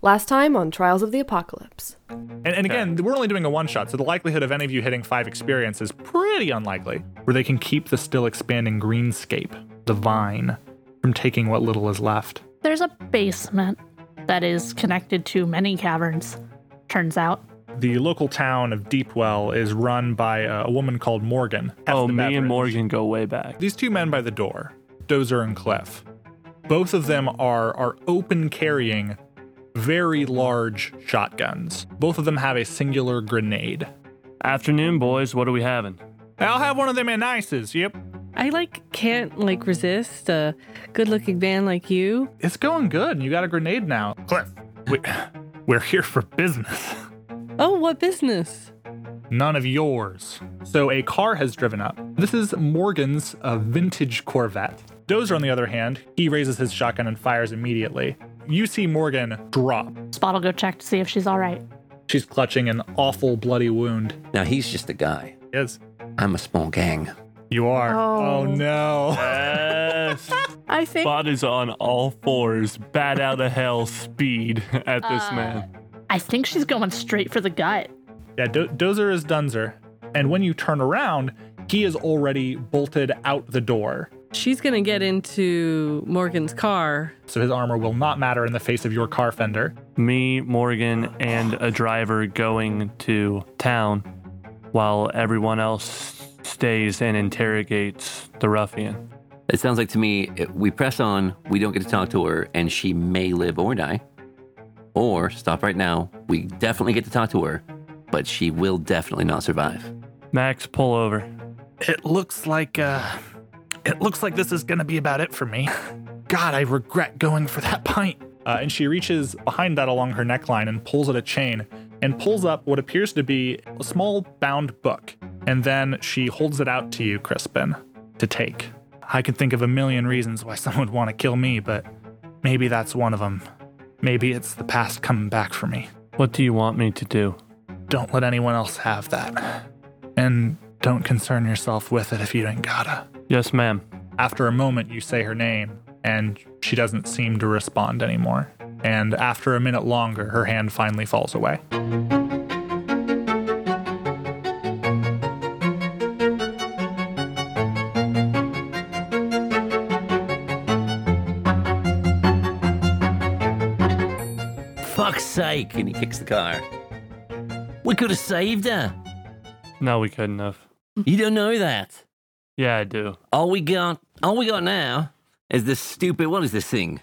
Last time on Trials of the Apocalypse. And, and again, we're only doing a one shot, so the likelihood of any of you hitting five experience is pretty unlikely, where they can keep the still expanding greenscape, the vine, from taking what little is left. There's a basement that is connected to many caverns, turns out. The local town of Deepwell is run by a, a woman called Morgan. F Oh, the me beverage. and Morgan go way back. These two men by the door, Dozer and Cliff, both of them are are open carrying very large shotguns. Both of them have a singular grenade. Afternoon, boys. What are we having? I'll have one of them in ices. Yep. I like can't like resist a good-looking man like you. It's going good, and you got a grenade now. Cliff, we, we're here for business. Oh, what business? None of yours. So a car has driven up. This is Morgan's uh, vintage Corvette. Dozer, on the other hand, he raises his shotgun and fires immediately. You see Morgan drop. Spot will go check to see if she's all right. She's clutching an awful bloody wound. Now he's just a guy. Yes, I'm a small gang. you are. Oh. no. Yes. I think Bot Uh, is on all fours, bat out of hell speed at this man. I think she's going straight for the gut. Yeah, Do- Dozer is Dunzer. And when you turn around, he is already bolted out the door. she's gonna get into Morgan's car. So his armor will not matter in the face of your car fender. Me, Morgan, and a driver going to town while everyone else stays and interrogates the ruffian. It sounds like to me it- we press on, we don't get to talk to her, and she may live or die. Or stop right now, we definitely get to talk to her, but she will definitely not survive. Max, pull over. It looks like uh it looks like this is going to be about it for me. God, I regret going for that pint. Uh, and she reaches behind that along her neckline and pulls at a chain and pulls up what appears to be a small bound book. And then she holds it out to you, Crispin, to take. I can think of a million reasons why someone would want to kill me, but maybe that's one of them. Maybe it's the past coming back for me. What do you want me to do? Don't let anyone else have that. And don't concern yourself with it if you ain't gotta. Yes, ma'am. After a moment, you say her name, and she doesn't seem to respond anymore. And after a minute longer, her hand finally falls away. Fuck's sake! And he kicks the car. We could have saved her. No, we couldn't have. You don't know that. Yeah, I do. All we got, all we got now, is this stupid. What is this thing?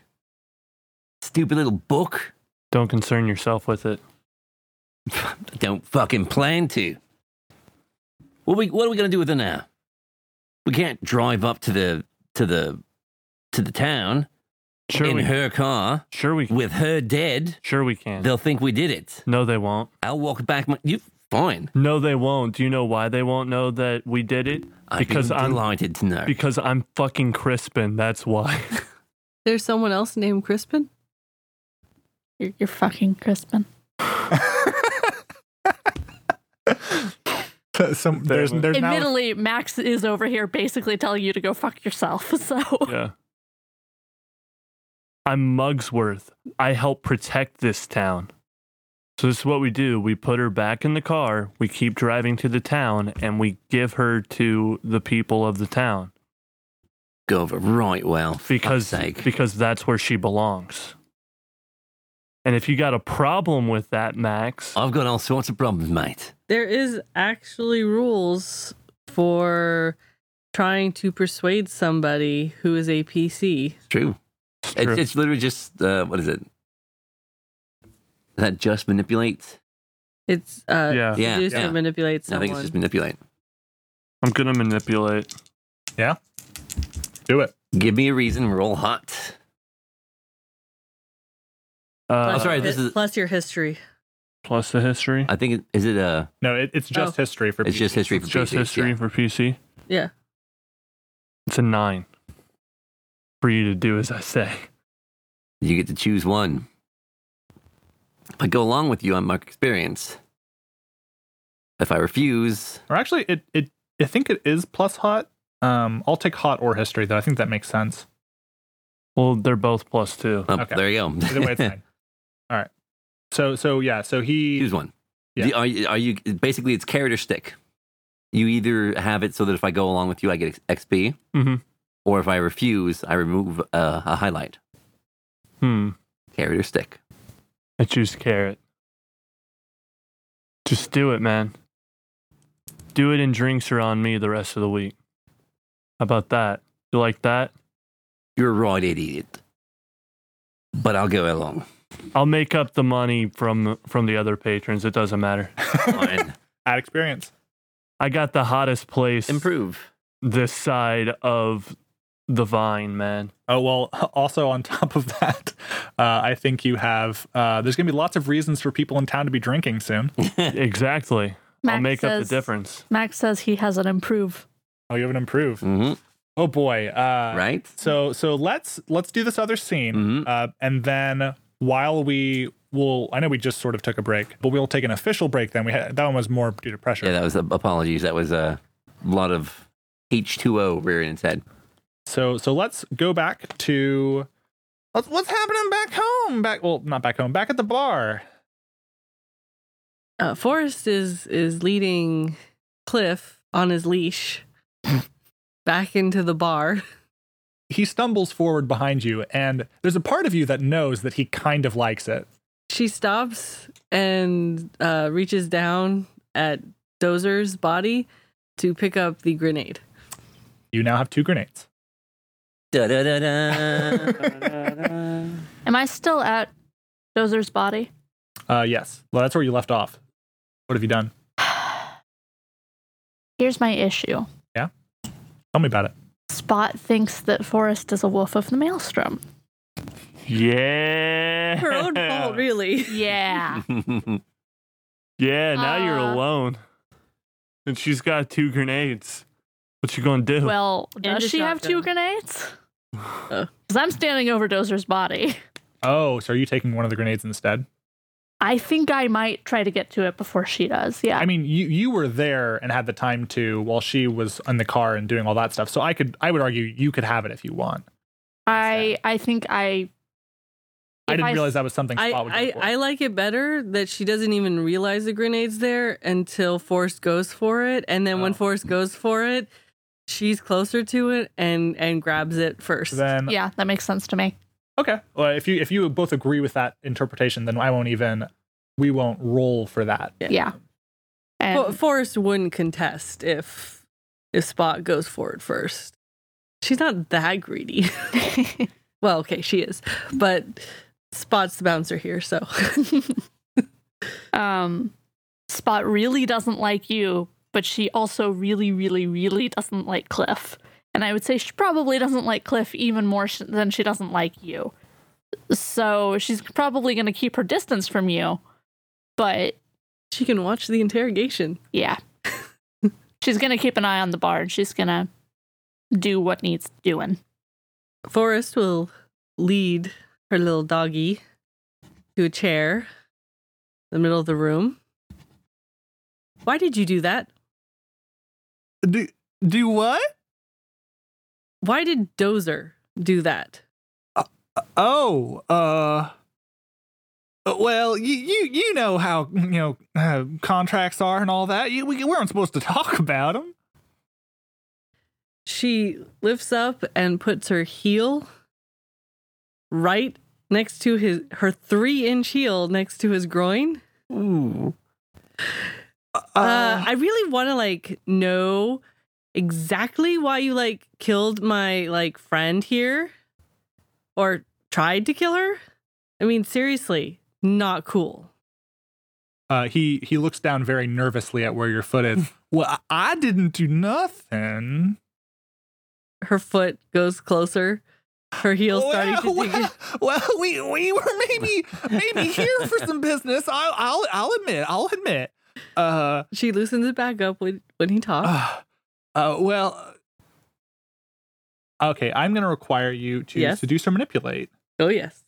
Stupid little book. Don't concern yourself with it. I don't fucking plan to. What we what are we gonna do with her now? We can't drive up to the to the to the town Sure, in we, her car sure we, with her dead. sure we can. They'll think we did it. No, they won't. I'll walk back. My, you fine? No, they won't. Do you know why they won't know that we did it? I'd Because be I'm delighted to know. because I'm fucking Crispin. That's why. There's someone else named Crispin. You're, you're fucking Crispin. Some, there's there's now Admittedly, Max is over here basically telling you to go fuck yourself. So yeah. I'm Mugsworth. I help protect this town. So this is what we do. We put her back in the car. We keep driving to the town, and we give her to the people of the town go over right well for because Oh, fuck's sake. because that's where she belongs. And if you got a problem with that, Max, I've got all sorts of problems, mate. There is actually rules for trying to persuade somebody who is a PC. It's true. it's It's, true. it's literally just uh, what is it? Is that just manipulate? It's uh yeah, Yeah, used yeah. to manipulate I someone. think it's just manipulate. I'm gonna manipulate. do it. Give me a reason. We're all hot. Uh, I'm sorry, this Plus- is- plus your history. Plus the history. I think it, is it a. No, it, it's just Oh. history for It's PC. just Uh, history for It's just PCs, history yeah. for PC. Yeah. It's a nine. For you to do as I say. You get to choose one. If I go along with you, I mark experience. If I refuse, Or actually, it, it I think it is plus hot. Um, I'll take hot or history though. I think that makes sense. Well, they're both plus two. oh, Okay. there you go. Either way, it's fine. All right. So so yeah, so he Choose one. Yeah. The- are, you- are you basically it's carrot or stick? You either have it so that if I go along with you, I get X- XP, Mhm. or if I refuse, I remove uh, a highlight. Hmm. Carrot or stick. I choose carrot. Just do it, man. Do it and drinks are on me the rest of the week. How about that? You like that? You're a right idiot, but I'll go along. I'll make up the money from from the other patrons. It doesn't matter. Fine. at experience. I got the hottest place Improve. this side of the vine, man. Oh well. Also on top of that, uh, I think you have. Uh, there's going to be lots of reasons for people in town to be drinking soon. Exactly. I'll Max make up says- the difference. Max says he has an improve. Oh, you have an improve. hmm Oh boy. Uh, Right? So so let's let's do this other scene, Mhm. uh, and then while we will, I know we just sort of took a break, but we'll take an official break. Then we had that one was more due to pressure. Yeah, that was apologies. That was a lot of H2O rearing its head. So so let's go back to what's, what's happening back home. Back well, not back home. Back at the bar. Uh, Forrest is is leading Cliff on his leash back into the bar. He stumbles forward behind you, and there's a part of you that knows that he kind of likes it. She stops and uh, reaches down at Dozer's body to pick up the grenade. You now have two grenades. Da, da, da, da. Am I still at Dozer's body? Uh, yes. Well, that's where you left off. What have you done? Here's my issue. Tell me about it. Spot thinks that Forrest is a wolf of the maelstrom. Yeah. Her own fault, really. Yeah. Yeah, now you're Uh, alone. And she's got two grenades. What you gonna do? well, And does a she have two shotgun. grenades? Because I'm standing over Dozer's body. Oh, so are you taking one of the grenades instead? I think I might try to get to it before she does. Yeah. I mean, you you were there and had the time to while she was in the car and doing all that stuff. So I could I would argue you could have it if you want. I I think I. I if didn't s- realize that was something I, Spot would go I, for. I like it better that she doesn't even realize the grenade's there until Forrest goes for it. And then when Oh. Forrest goes for it, she's closer to it and, and grabs it first. then Yeah, that makes sense to me. okay. Well, if you if you both agree with that interpretation, then I won't even we won't roll for that. Yeah. Yeah. And Well, Forrest wouldn't contest if if Spot goes for it first. She's not that greedy. well, okay, she is, but Spot's the bouncer here, so um, Spot really doesn't like you, but she also really, really, really doesn't like Cliff. And I would say she probably doesn't like Cliff even more sh- than she doesn't like you. So she's probably going to keep her distance from you. But she can watch the interrogation. yeah, she's going to keep an eye on the bar and she's going to do what needs doing. Forrest will lead her little doggy to a chair in the middle of the room. Why did you do that? Do do what? Why did Dozer do that? Oh, uh, well, you you, you know how you know uh, contracts are and all that. You, we weren't supposed to talk about them. She lifts up and puts her heel right next to his her three inch heel next to his groin. Ooh. Uh, I really want to like know exactly why you like killed my like friend here or tried to kill her. I mean, seriously, not cool. Uh, he he looks down very nervously at where your foot is. well, I- I didn't do nothing. Her foot goes closer. Her heel starting to dig in. well, well, we we were maybe maybe here for some business. I, I'll I'll admit. I'll admit. Uh, She loosens it back up when, when he talks. uh, uh well. uh, Okay, I'm going to require you to Yes. seduce or manipulate. oh yes.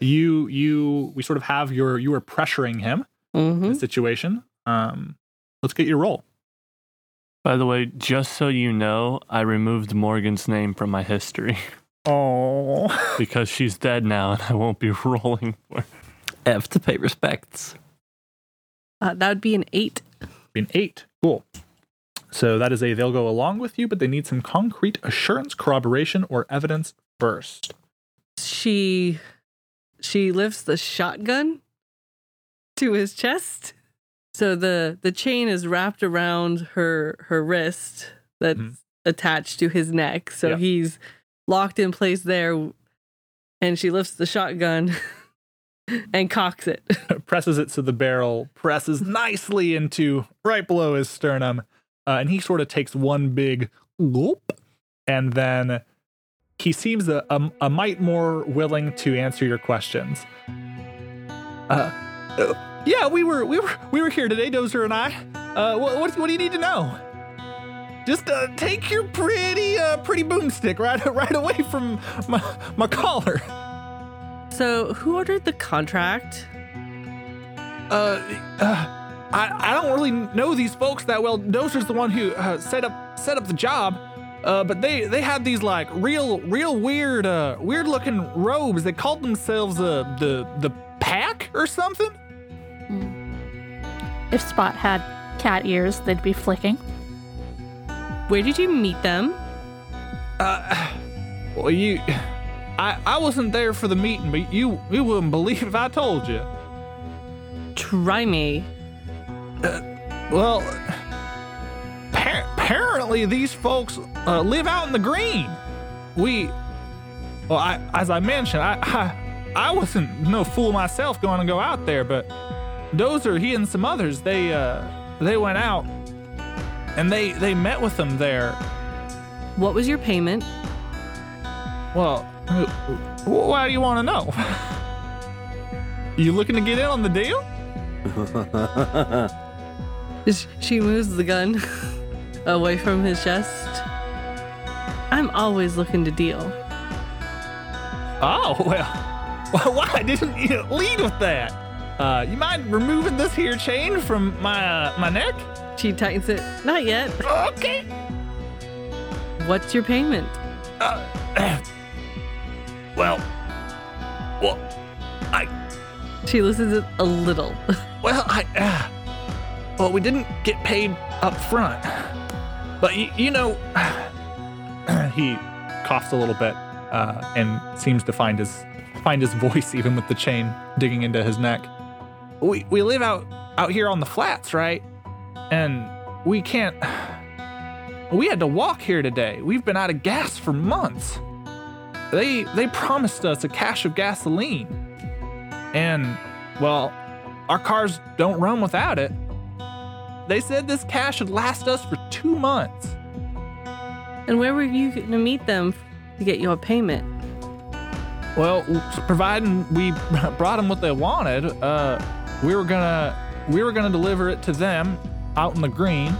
you you we sort of have your you are pressuring him in Mm-hmm. the situation um let's get your roll By the way, just so you know, I removed Morgan's name from my history oh because she's dead now and I won't be rolling for F to pay respects. Uh, that would be an eight. Be an eight. Cool. So that is a they'll go along with you, but they need some concrete assurance, corroboration, or evidence first. She she lifts the shotgun to his chest. So the the chain is wrapped around her her wrist that's Mhm. attached to his neck. So Yeah. he's locked in place there and she lifts the shotgun and cocks it. presses it to the barrel, presses nicely into right below his sternum, uh, and he sort of takes one big gulp, and then he seems a, a, a mite more willing to answer your questions. Uh, uh, yeah, we were we were we were here today, Dozer and I. Uh, what what, what do you need to know? Just uh, take your pretty uh, pretty boomstick right right away from my, my collar. So who ordered the contract? uh, uh I, I don't really know these folks that well. Dozer's the one who uh, set up set up the job, uh, but they they had these like real real weird uh weird looking robes. They called themselves uh, the the pack or something. If Spot had cat ears, they'd be flicking. Where did you meet them? Well, you, I I wasn't there for the meeting, but you you wouldn't believe if I told you. Try me. Well, par- apparently these folks uh, live out in the green. We, well, I, as I mentioned, I, I, I wasn't no fool myself going to go out there, but Dozer, he and some others, they, uh, they went out and they, they met with them there. What was your payment? Well, wh- why do you want to know? you looking to get in on the deal? Sh- She moves the gun away from his chest. I'm always looking to deal. Oh, well, why didn't you lead with that? Uh, you mind removing this here chain from my uh, my neck? She tightens it. Not yet. Okay. What's your payment? Well, well, I She listens it a little. Well, I. Uh, well, we didn't get paid up front. But, y- you know. he coughs a little bit uh, and seems to find his find his voice even with the chain digging into his neck. We, we live out out here on the flats, right? And we can't. We had to walk here today. We've been out of gas for months. They they promised us a cache of gasoline. And well, our cars don't run without it. They said this cash would last us for two months. and where were you going to meet them to get your payment? Well, providing we brought them what they wanted, uh, we were gonna we were gonna deliver it to them out in the green,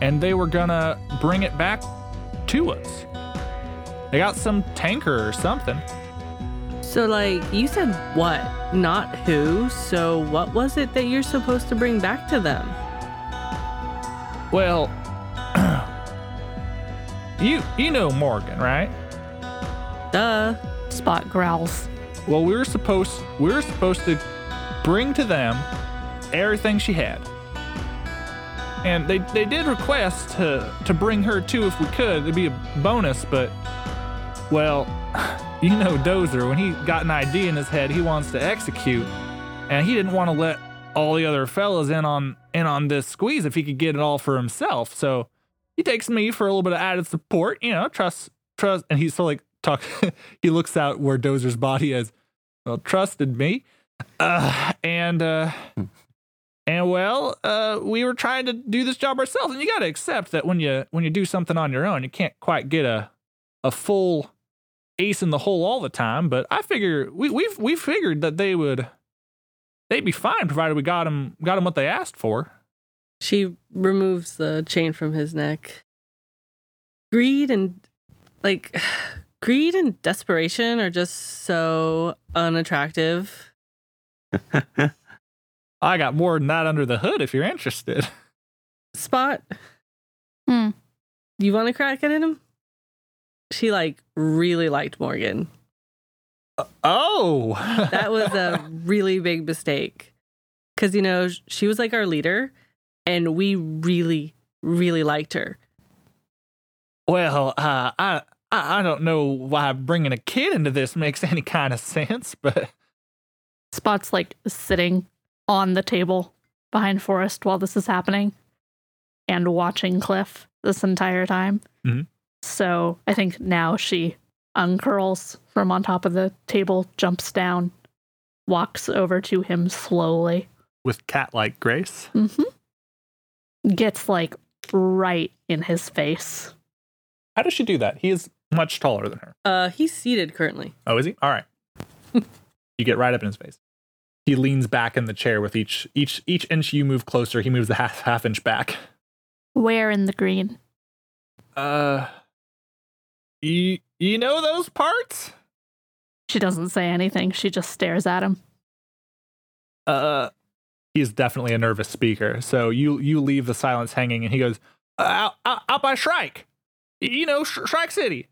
and they were gonna bring it back to us. They got some tanker or something. So, like, you said what, not who. So, what was it that you're supposed to bring back to them? Well, you you know Morgan, right? Duh. Spot growls. Well, we were supposed we were supposed to bring to them everything she had, and they they did request to to bring her too if we could. It'd be a bonus, but well, you know Dozer when he got an idea in his head, he wants to execute, and he didn't want to let all the other fellas in on in on this squeeze if he could get it all for himself. So he takes me for a little bit of added support, you know, trust, trust. And he's sort of like, talk, he looks out where Dozer's body is. Well, trusted me. Uh, and, uh, and well, uh, we were trying to do this job ourselves. And you got to accept that when you, when you do something on your own, you can't quite get a, a full ace in the hole all the time. But I figure we, we've, we figured that they would, they'd be fine provided we got them, got them what they asked for. She removes the chain from his neck. Greed and like greed and desperation are just so unattractive. I got more than that under the hood if you're interested. Spot, Hmm. you want to crack it at him? She like really liked Morgan. Oh, That was a really big mistake. Cause you know, sh- she was like our leader and we really, really liked her. well, uh, I I I don't know why bringing a kid into this makes any kind of sense, but Spot's like sitting on the table behind Forrest while this is happening and watching Cliff this entire time. Mhm. So I think now she uncurls from on top of the table, jumps down, walks over to him slowly, with cat-like grace. hmm gets like right in his face. How does she do that? He is much taller than her. Uh he's seated currently. Oh, is he? All right. you get right up in his face. He leans back in the chair with each each each inch you move closer. He moves the half half inch back. Where in the green? Uh, you you know those parts? She doesn't say anything. She just stares at him. Uh, he's definitely a nervous speaker. So you you leave the silence hanging, and he goes uh, out, out out by Shrike. Y- You know Sh- Shrike City.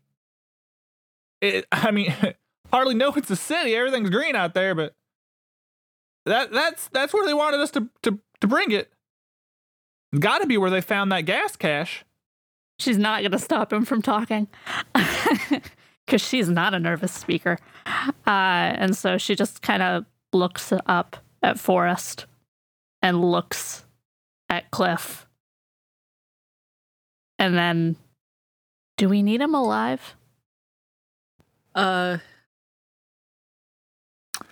It, I mean, hardly know it's a city. Everything's green out there, but that that's that's where they wanted us to to to bring it. Got to be where they found that gas cache. She's not going to stop him from talking because she's not a nervous speaker. Uh, and so she just kind of looks up at Forrest and looks at Cliff. And then, do we need him alive? Uh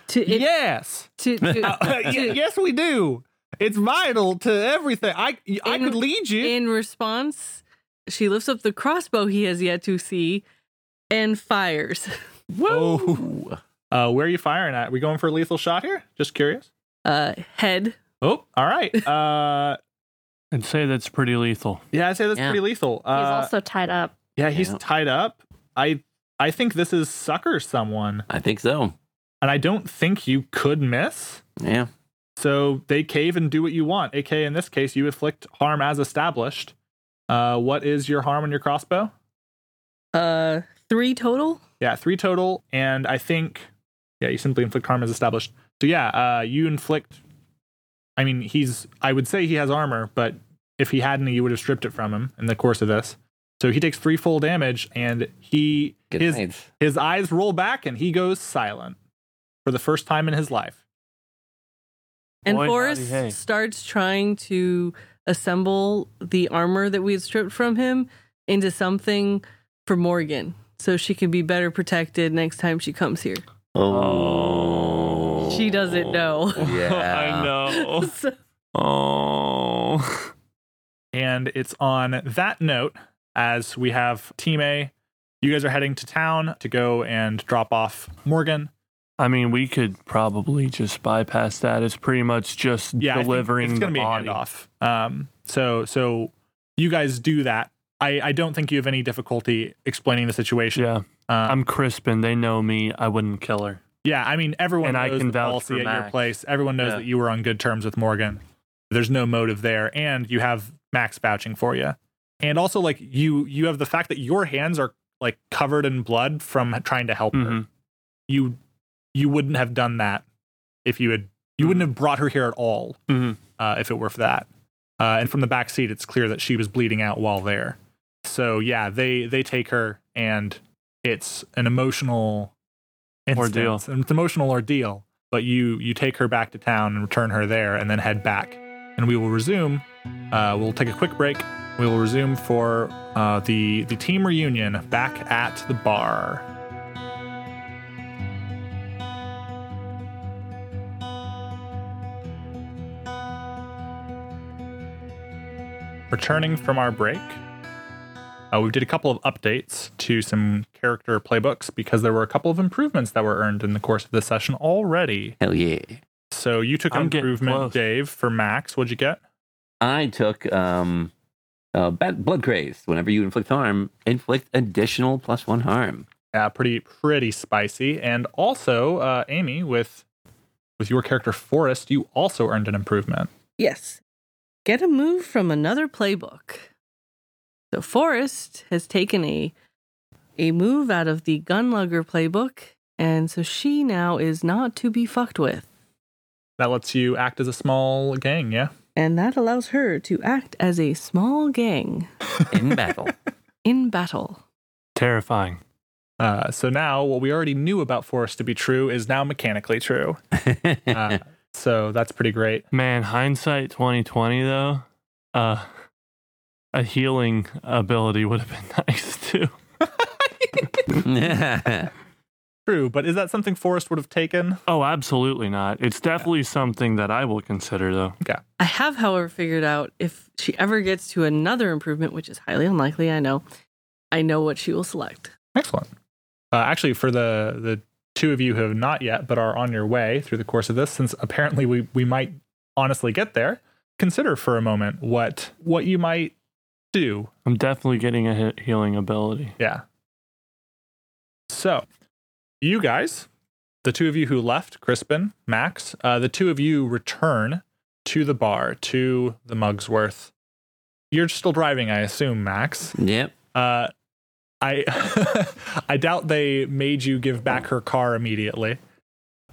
to it, yes. to, to Uh, y- yes, we do. It's vital to everything. I I In- could lead you. in response, she lifts up the crossbow he has yet to see and fires. Whoa. Uh, where are you firing at? We going for a lethal shot here? Just curious. Uh head. Oh, all right. Uh, I'd say that's pretty lethal. yeah, I'd say that's Yeah. pretty lethal. He's Uh, also tied up. yeah, he's Yeah. tied up. I I think this is sucker someone, I think so. and I don't think you could miss. Yeah. So they cave and do what you want. AK, in this case, you inflict harm as established. Uh, what is your harm on your crossbow? Uh three total. Yeah, three total, and I think yeah, you simply inflict harm as established. So yeah, uh, you inflict. I mean, he's. I would say he has armor, but if he hadn't, you would have stripped it from him in the course of this. So he takes three full damage, and he Good his night. his eyes roll back, and he goes silent for the first time in his life. And Boy, howdy, Forrest hey. starts trying to assemble the armor that we had stripped from him into something for Morgan so she can be better protected next time she comes here. Oh. She doesn't know. I Yeah. know. So- oh. And it's on that note, as we have Team A, you guys are heading to town to go and drop off Morgan. I mean, we could probably just bypass that. It's pretty much just yeah, I think delivering it's the gonna be body. a handoff. Um, so so you guys do that. I I don't think you have any difficulty explaining the situation. Yeah, Uh, I'm Crispin. They know me. I wouldn't kill her. yeah. I mean, everyone And I knows can the vouch policy for at your Max. place. Everyone knows Yeah. that you were on good terms with Morgan. There's no motive there, and you have Max vouching for you, and also like you you have the fact that your hands are like covered in blood from trying to help her. Mhm. You you wouldn't have done that if you had you wouldn't Mm-hmm. have brought her here at all. Mhm. uh, if it were for that. Uh, and from the back seat, it's clear that she was bleeding out while there. So yeah, they they take her, and it's an emotional Ordeal. instance, an emotional ordeal. But you you take her back to town and return her there, and then head back. And we will resume. Uh, we'll take a quick break. We will resume for uh, the the team reunion back at the bar. returning from our break, uh, we did a couple of updates to some character playbooks because there were a couple of improvements that were earned in the course of this session already. Hell yeah. So you took an I'm getting improvement, close. Dave, for Max. What'd you get? I took um, uh, bad blood craze. Whenever you inflict harm, inflict additional plus one harm. Yeah, pretty pretty spicy. And also, uh, Amy, with with your character Forrest, you also earned an improvement. Yes. Get a move from another playbook. So Forrest has taken a a move out of the Gunlugger playbook And so she now is not to be fucked with. That lets you act as a small gang, yeah? And that allows her to act as a small gang in battle. in battle. Terrifying. Uh, so now, what we already knew about Forrest to be true is now mechanically true. Uh, so that's pretty great. Man, hindsight 2020 though. Uh a healing ability would have been nice too. True, but is that something Forrest would have taken? Oh, absolutely not. It's definitely something that I will consider though. I have, however, figured out if she ever gets to another improvement, which is highly unlikely, I know, I know what she will select. Excellent. Uh, actually, for the the two of you who have not yet, but are on your way through the course of this, since apparently we we might honestly get there, consider for a moment what what you might do. I'm definitely getting a he- healing ability. Yeah. So, you guys, the two of you who left, Crispin, Max, uh, the two of you return to the bar to the Mugsworth. You're still driving, I assume, Max. yep. Uh, I I doubt they made you give back her car immediately.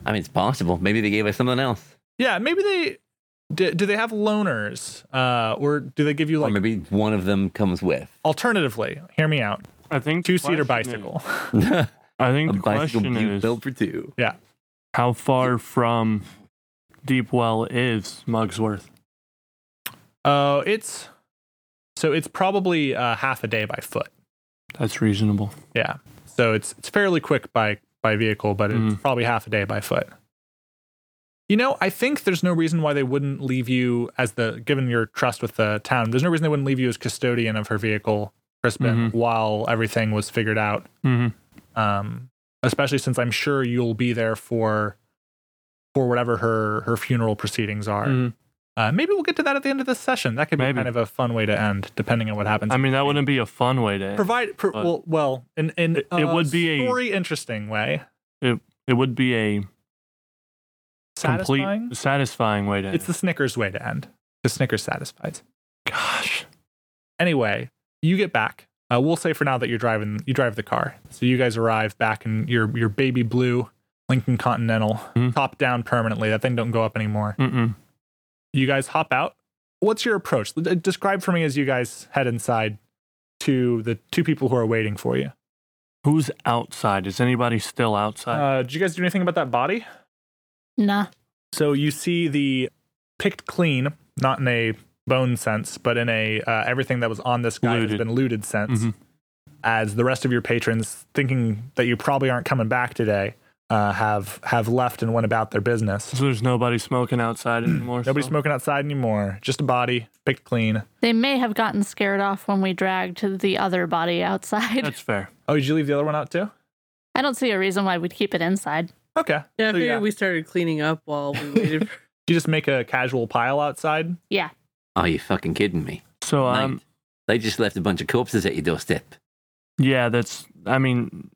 I mean, it's possible. Maybe they gave us something else. Yeah, maybe they do, do they have loaners uh or do they give you or like maybe one of them comes with. alternatively, hear me out. I think the Two-seater question is- bicycle. a I think the bicycle question you is built for two. how far from Deepwell is Mugsworth? Oh, it's so it's probably uh, half a day by foot. That's reasonable. Yeah. So it's it's fairly quick by by vehicle, but it's Mm. probably half a day by foot. You know, I think there's no reason why they wouldn't leave you as the given your trust with the town. There's no reason they wouldn't leave you as custodian of her vehicle, Crispin, Mhm. while everything was figured out. Mm-hmm. Um, especially since I'm sure you'll be there for for whatever her her funeral proceedings are. Uh, maybe we'll get to that at the end of this session. That could be Mm-hmm. Maybe. kind of a fun way to end, depending on what happens. I mean, that wouldn't be a fun way to. Provide pro- but- well, well, in in Uh, It- it would be a- story interesting way. it would be a Satisfying. complete satisfying way to. It's the Snickers way to end. The Snickers satisfies. gosh. Anyway, you get back. Uh, we'll say for now that you're driving. You drive the car, so you guys arrive back in your your baby blue Lincoln Continental, Mhm. top down permanently. That thing don't go up anymore. Mm-mm. You guys hop out. What's your approach? D- Describe for me as you guys head inside to the two people who are waiting for you. Who's outside? Is anybody still outside? Uh, did you guys do anything about that body? Nah. So you see the picked clean, not in a bone sense, but in a uh, everything that was on this guy has Looted. been looted sense. Mhm. As the rest of your patrons, thinking that you probably aren't coming back today, uh, have have left and went about their business. so there's nobody smoking outside anymore. Nobody so- smoking outside anymore. Just a body picked clean. They may have gotten scared off when we dragged the other body outside. That's fair. Oh, did you leave the other one out too? I don't see a reason why we'd keep it inside. Okay. Yeah, I So, figured we started cleaning up while we waited. For- you just make a casual pile outside. Yeah. Are you Oh, fucking kidding me? So Night. um, They just left a bunch of corpses at your doorstep. yeah, that's. I mean,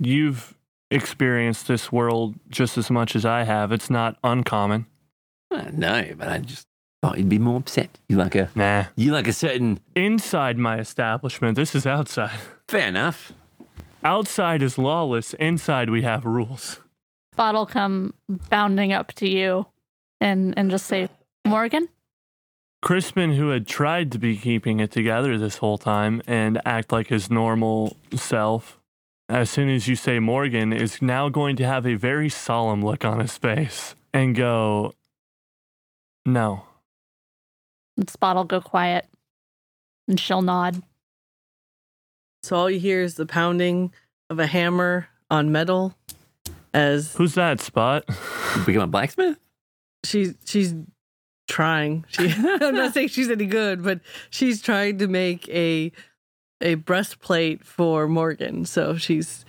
you've experienced this world just as much as I have. It's not uncommon. Uh, No, but I just thought you'd be more upset. You like a Nah. you like a certain Inside my establishment, this is outside. fair enough. Outside is lawless. Inside we have rules. Bottle come bounding up to you and and just say, Morgan? Crispin, who had tried to be keeping it together this whole time and act like his normal self, as soon as you say Morgan, is now going to have a very solemn look on his face and go, No. Let's Bottle go quiet. And she'll nod. so all you hear is the pounding of a hammer on metal as Who's that spot? Become a blacksmith? she's she's trying. She, I'm not saying she's any good, but she's trying to make a a breastplate for Morgan. So she's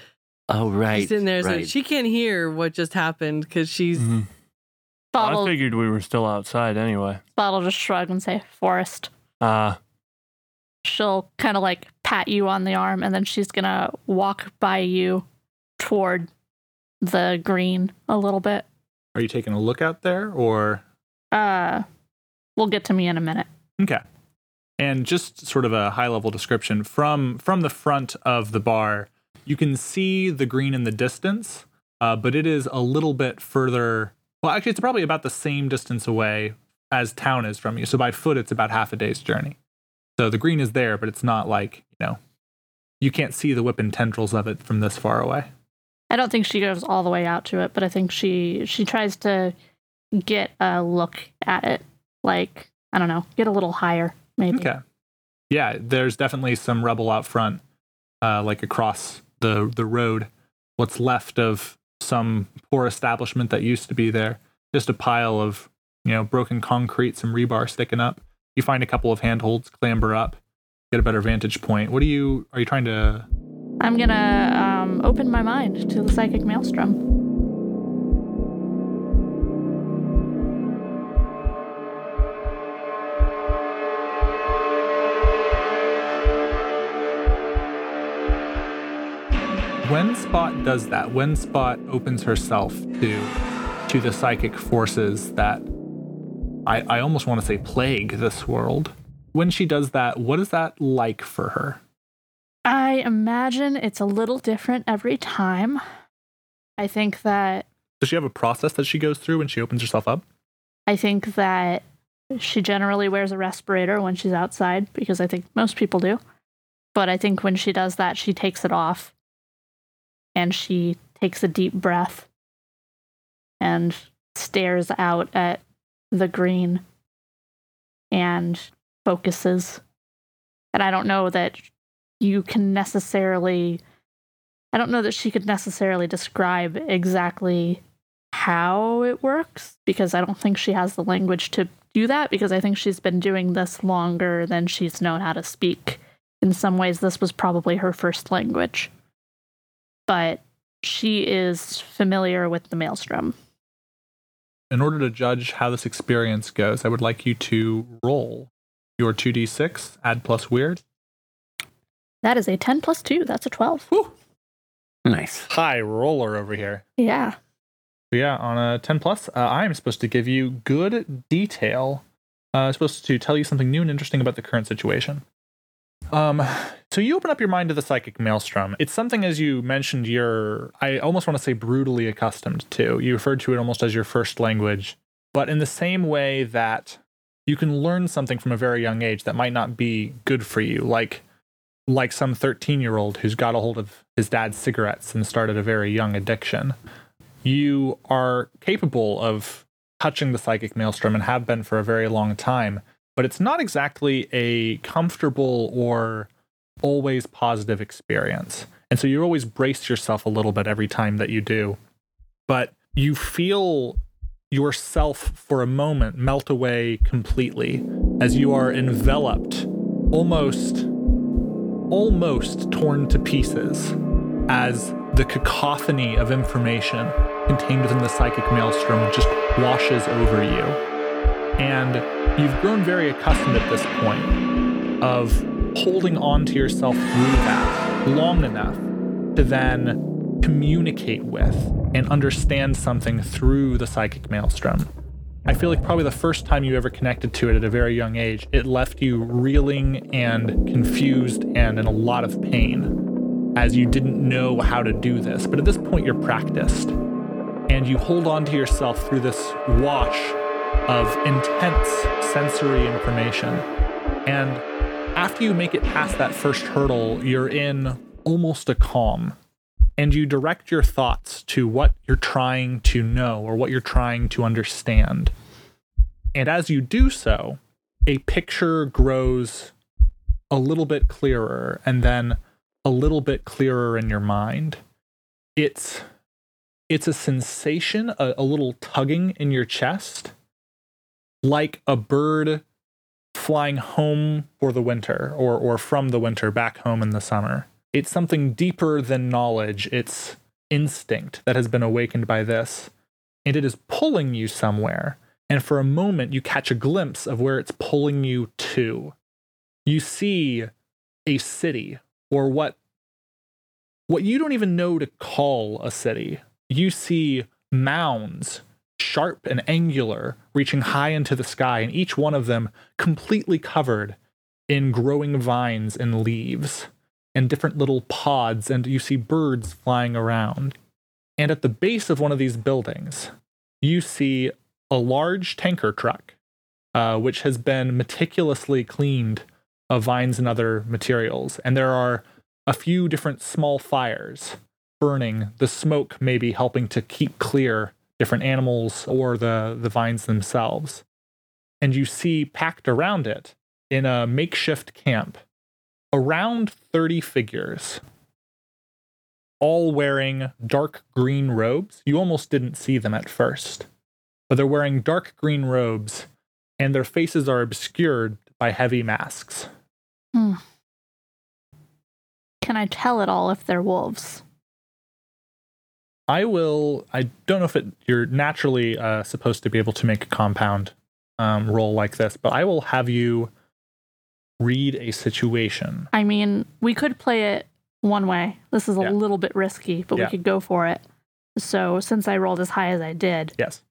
Oh right. she's in there, right. Mm-hmm. so she can't hear what just happened because she's Mhm. I Bottle figured we were still outside anyway. Bottle just shrug and say, Forrest. Uh, She'll kind of like pat you on the arm and then she's gonna walk by you toward the green a little bit. Are you taking a look out there or Uh, we'll get to me in a minute. Okay. And just sort of a high level description from from the front of the bar, you can see the green in the distance, uh, but it is a little bit further. Well, actually, it's probably about the same distance away as town is from you. So by foot, it's about half a day's journey. So the green is there, but it's not like you know, you can't see the whipping tendrils of it from this far away. I don't think she goes all the way out to it, but I think she she tries to get a look at it. Like I don't know, get a little higher maybe. Okay. Yeah, there's definitely some rubble out front, uh, like across the the road. What's left of some poor establishment that used to be there. Just a pile of you know broken concrete, some rebar sticking up. You find a couple of handholds, clamber up, get a better vantage point. What are you? Are you trying to? I'm gonna um, open my mind to the psychic maelstrom. When Spot does that, when Spot opens herself to to the psychic forces that I, I almost want to say plague this world. When she does that, what is that like for her? I imagine it's a little different every time. I think that Does she have a process that she goes through when she opens herself up? I think that she generally wears a respirator when she's outside because I think most people do. But I think when she does that, she takes it off and she takes a deep breath and stares out at the green and focuses. And I don't know that you can necessarily, I don't know that she could necessarily describe exactly how it works because I don't think she has the language to do that because I think she's been doing this longer than she's known how to speak. In some ways, this was probably her first language. But she is familiar with the maelstrom. in order to judge how this experience goes, I would like you to roll your 2d6, add plus weird. That is a 10 plus 2. That's a 12. Nice. High roller over here. Yeah. yeah, on a 10 plus, uh, I am supposed to give you good detail. Uh, I'm supposed to tell you something new and interesting about the current situation. Um, so you open up your mind to the psychic maelstrom. It's something, as you mentioned, you're, I almost want to say, brutally accustomed to. You referred to it almost as your first language, but in the same way that you can learn something from a very young age that might not be good for you, like like some 13 year old who's got a hold of his dad's cigarettes and started a very young addiction you are capable of touching the psychic maelstrom and have been for a very long time, but it's not exactly a comfortable or always positive experience. And so you always brace yourself a little bit every time that you do. But you feel yourself for a moment melt away completely as you are enveloped, almost, almost torn to pieces as the cacophony of information contained within the psychic maelstrom just washes over you. And you've grown very accustomed at this point of holding on to yourself through that long enough to then communicate with and understand something through the psychic maelstrom. I feel like probably the first time you ever connected to it at a very young age, it left you reeling and confused and in a lot of pain as you didn't know how to do this. But at this point, you're practiced and you hold on to yourself through this wash of intense sensory information. And after you make it past that first hurdle, you're in almost a calm and you direct your thoughts to what you're trying to know or what you're trying to understand. And as you do so, a picture grows a little bit clearer and then a little bit clearer in your mind. It's it's a sensation, a, a little tugging in your chest, like a bird flying home for the winter or or from the winter back home in the summer. It's something deeper than knowledge. It's instinct that has been awakened by this. And it is pulling you somewhere. And for a moment you catch a glimpse of where it's pulling you to. You see a city or what what you don't even know to call a city. You see mounds, sharp and angular, reaching high into the sky, and each one of them completely covered in growing vines and leaves and different little pods, and you see birds flying around. And at the base of one of these buildings, you see a large tanker truck, uh, which has been meticulously cleaned of vines and other materials. And there are a few different small fires burning, the smoke maybe helping to keep clear different animals or the, the vines themselves. And you see packed around it in a makeshift camp around 30 figures, all wearing dark green robes. You almost didn't see them at first, but they're wearing dark green robes and their faces are obscured by heavy masks. Hmm. Can I tell it all if they're wolves? I will. I don't know if it, you're naturally uh, supposed to be able to make a compound um, roll like this, but I will have you read a situation. I mean, we could play it one way. This is a Yeah. little bit risky, but Yeah. we could go for it. So, since I rolled as high as I did, Yes.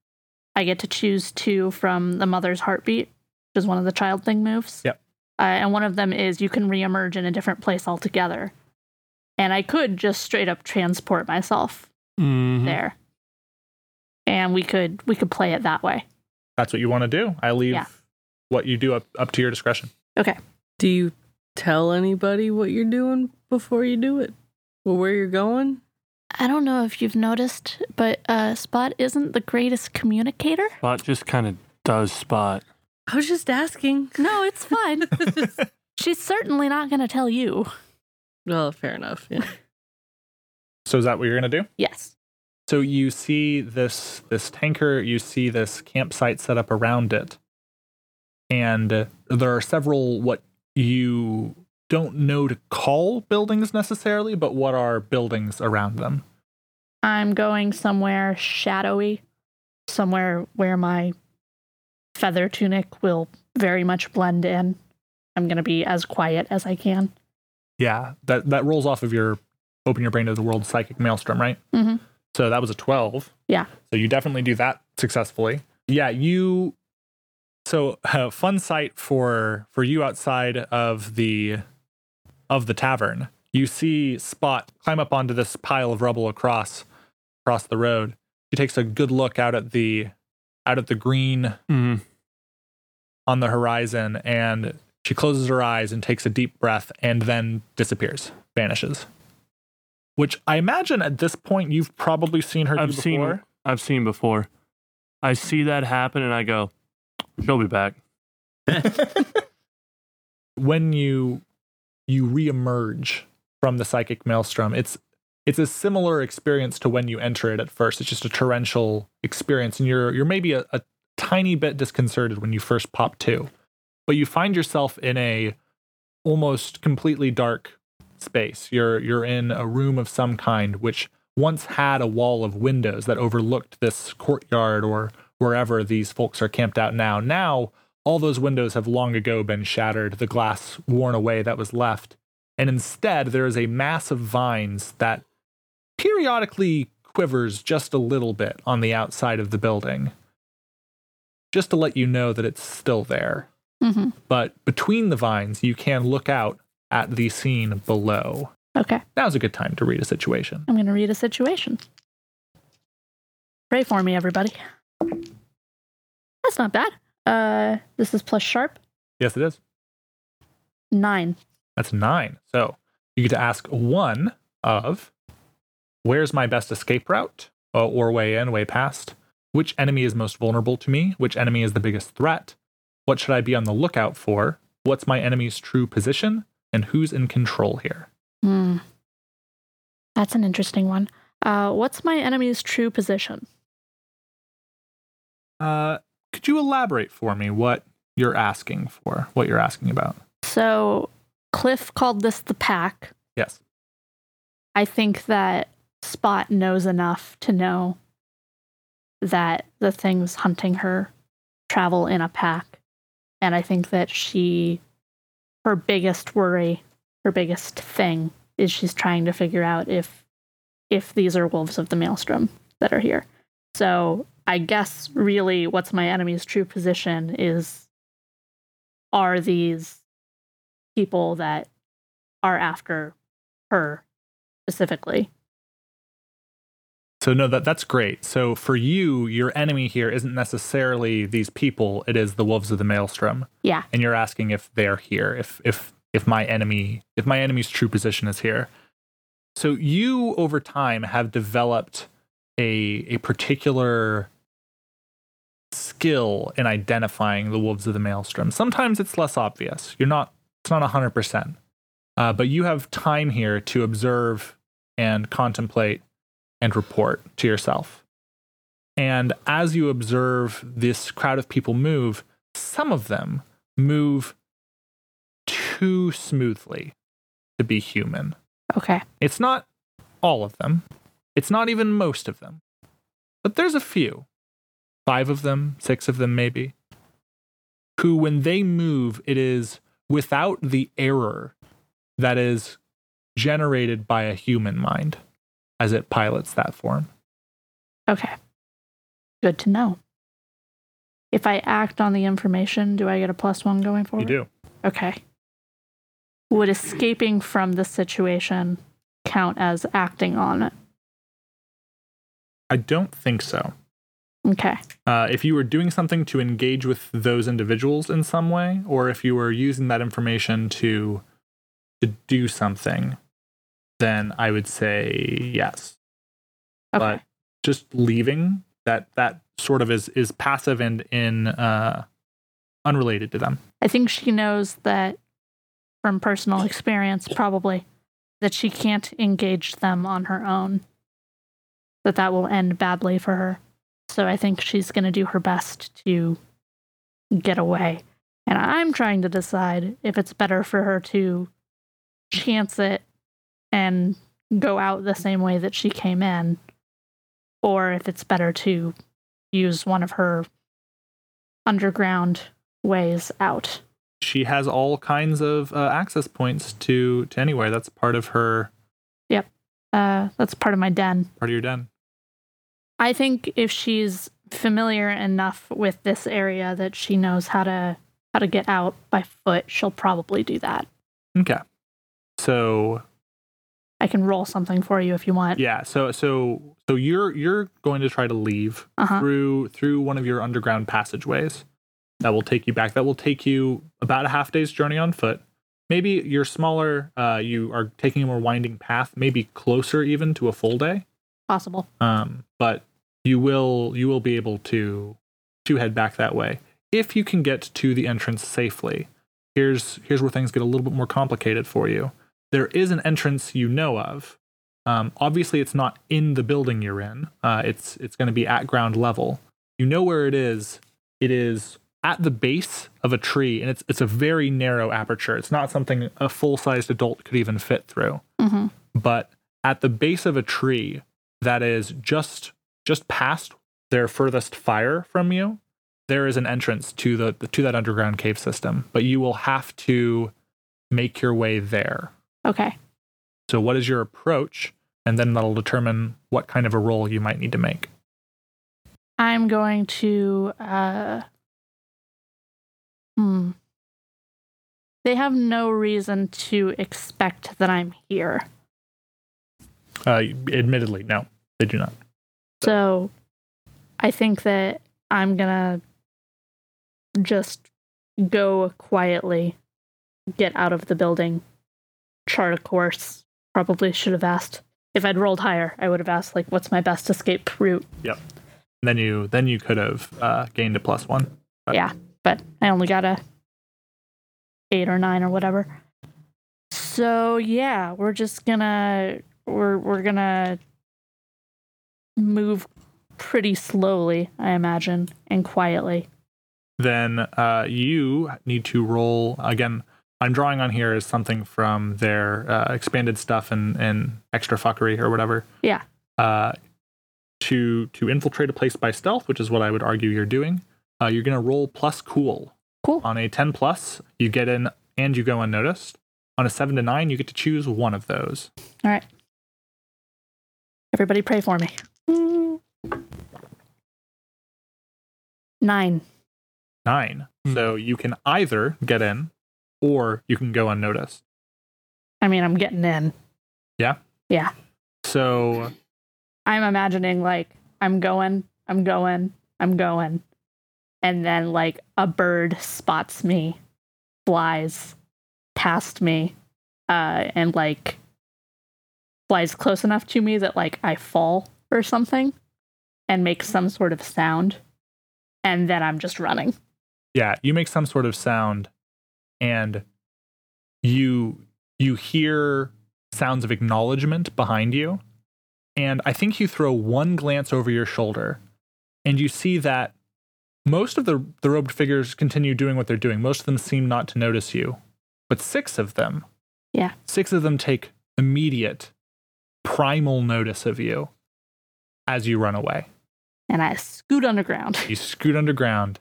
I get to choose two from the mother's heartbeat, which is one of the child thing moves. Yep. Uh, and one of them is you can reemerge in a different place altogether. And I could just straight up transport myself Mm-hmm. Mm-hmm. Mhm. there. And we could we could play it that way. That's what you want to do. I leave Yeah. what you do up, up to your discretion. Do you tell anybody what you're doing before you do it? Or where you're going? I don't know if you've noticed, but uh, Spot isn't the greatest communicator. Spot just kind of does spot. I was just asking. No, it's fine. She's certainly not going to tell you. Well, fair enough. Yeah. So is that what you're going to do? Yes. So you see this this tanker, you see this campsite set up around it. And uh, there are several what you don't know to call buildings necessarily, but what are buildings around them. I'm going somewhere shadowy, somewhere where my feather tunic will very much blend in. I'm going to be as quiet as I can. Yeah, that that rolls off of your open your brain to the world psychic maelstrom, right? Mhm. So that was a twelve. Yeah. So you definitely do that successfully. Yeah, you. So uh, fun sight for for you outside of the of the tavern. You see Spot climb up onto this pile of rubble across across the road. She takes a good look out at the out at the green Mm-hmm. on the horizon, and she closes her eyes and takes a deep breath, and then disappears, vanishes. Which I imagine at this point you've probably seen her do I've seen. before. I've seen before. I see that happen, and I go, "She'll be back." when you you reemerge from the psychic maelstrom it's it's a similar experience to when you enter it at first it's just a torrential experience and you're you're maybe a, a tiny bit disconcerted when you first pop to but you find yourself in a almost completely dark space you're you're in a room of some kind which once had a wall of windows that overlooked this courtyard or wherever these folks are camped out now now all those windows have long ago been shattered, the glass worn away that was left. And instead, there is a mass of vines that periodically quivers just a little bit on the outside of the building, just to let you know that it's still there. Mm-hmm. But between the vines, you can look out at the scene below. Okay. Now's a good time to read a situation. I'm going to read a situation. Pray for me, everybody. That's not bad. Uh, this is plus sharp. Yes, it is. Nine. That's nine. So you get to ask one of where's my best escape route uh, or way in, way past? Which enemy is most vulnerable to me? Which enemy is the biggest threat? What should I be on the lookout for? What's my enemy's true position? And who's in control here? Hmm. That's an interesting one. Uh, what's my enemy's true position? Uh, could you elaborate for me what you're asking for, what you're asking about? So, Cliff called this the pack. Yes. I think that Spot knows enough to know that the things hunting her travel in a pack. And I think that she, her biggest worry, her biggest thing is she's trying to figure out if if these are wolves of the maelstrom that are here. So I guess really what's my enemy's true position is are these people that are after her specifically. So no, that that's great. So for you, your enemy here isn't necessarily these people; it is the wolves of the maelstrom. Yeah. And you're asking if they're here, if if if my enemy, if my enemy's true position is here. So you, over time, have developed a a particular skill in identifying the wolves of the maelstrom. Sometimes it's less obvious. You're not. It's not hundred percent. Uh, but you have time here to observe and contemplate and report to yourself. And as you observe this crowd of people move, some of them move too smoothly to be human. Okay. It's not all of them, it's not even most of them, but there's a few five of them, six of them, maybe who, when they move, it is without the error that is generated by a human mind as it pilots that form. Okay. Good to know. If I act on the information, do I get a plus one going forward? do. Okay. Would escaping from this situation count as acting on it? I don't think so. Okay. Uh, if you were doing something to engage with those individuals in some way, or if you were using that information to to do something, then I would say yes. Okay. But just leaving that that sort of is is passive and in uh, unrelated to them. I think she knows that from personal experience, probably, that she can't engage them on her own, that that will end badly for her. So I think she's going to do her best to get away. And I'm trying to decide if it's better for her to chance it and go out the same way that she came in, or if it's better to use one of her underground ways out. She has all kinds of uh, access points to to anywhere. That's part of her Uh, that's part of my den. part of your den. I think if she's familiar enough with this area that she knows how to how to get out by foot, she'll probably do that. Okay. So I can roll something for you if you want. yeah so so so you're you're going to try to leave Uh-huh. through through one of your underground passageways that will take you back that will take you about a half day's journey on foot maybe you're smaller uh, you are taking a more winding path maybe closer even to a full day Possible. um, but you will you will be able to to head back that way if you can get to the entrance safely here's here's where things get a little bit more complicated for you there is an entrance you know of um, obviously it's not in the building you're in uh, it's it's going to be at ground level you know where it is it is at the base of a tree and it's it's a very narrow aperture it's not something a full-sized adult could even fit through hmm but at the base of a tree that is just just past their furthest fire from you there is an entrance to the to that underground cave system but you will have to make your way there Okay. so what is your approach and then that'll determine what kind of a roll you might need to make I'm going to. Uh, hmm. They have no reason to expect that I'm here. uh, admittedly no they do not So I think that I'm going to just go quietly, get out of the building, chart a course. Probably should have asked. If I'd rolled higher, I would have asked, like, what's my best escape route? then you then you could have uh, gained a plus one But I only got a eight or nine or whatever. So yeah, we're just gonna we're we're gonna move pretty slowly, I imagine, and quietly. then uh, you need to roll again. I'm drawing on here is something from their uh, expanded stuff and, and extra fuckery or whatever. Yeah. Uh, to to infiltrate a place by stealth, which is what I would argue you're doing. Uh, you're gonna roll plus cool. Cool. On a ten plus, you get in and you go unnoticed. On a seven to nine, you get to choose one of those. All right. Everybody pray for me. Nine. Nine. Hmm. So you can either get in, or you can go unnoticed. I mean, I'm getting in. So I'm imagining like I'm going, I'm going, I'm going. And then like a bird spots me, flies past me, uh, and like flies close enough to me that like I fall or something and make some sort of sound. And then I'm just running. yeah you make some sort of sound and you you hear sounds of acknowledgement behind you and i think you throw one glance over your shoulder and you see that most of the the robed figures continue doing what they're doing most of them seem not to notice you but six of them Yeah. six of them take immediate primal notice of you as you run away And I scoot underground. you scoot underground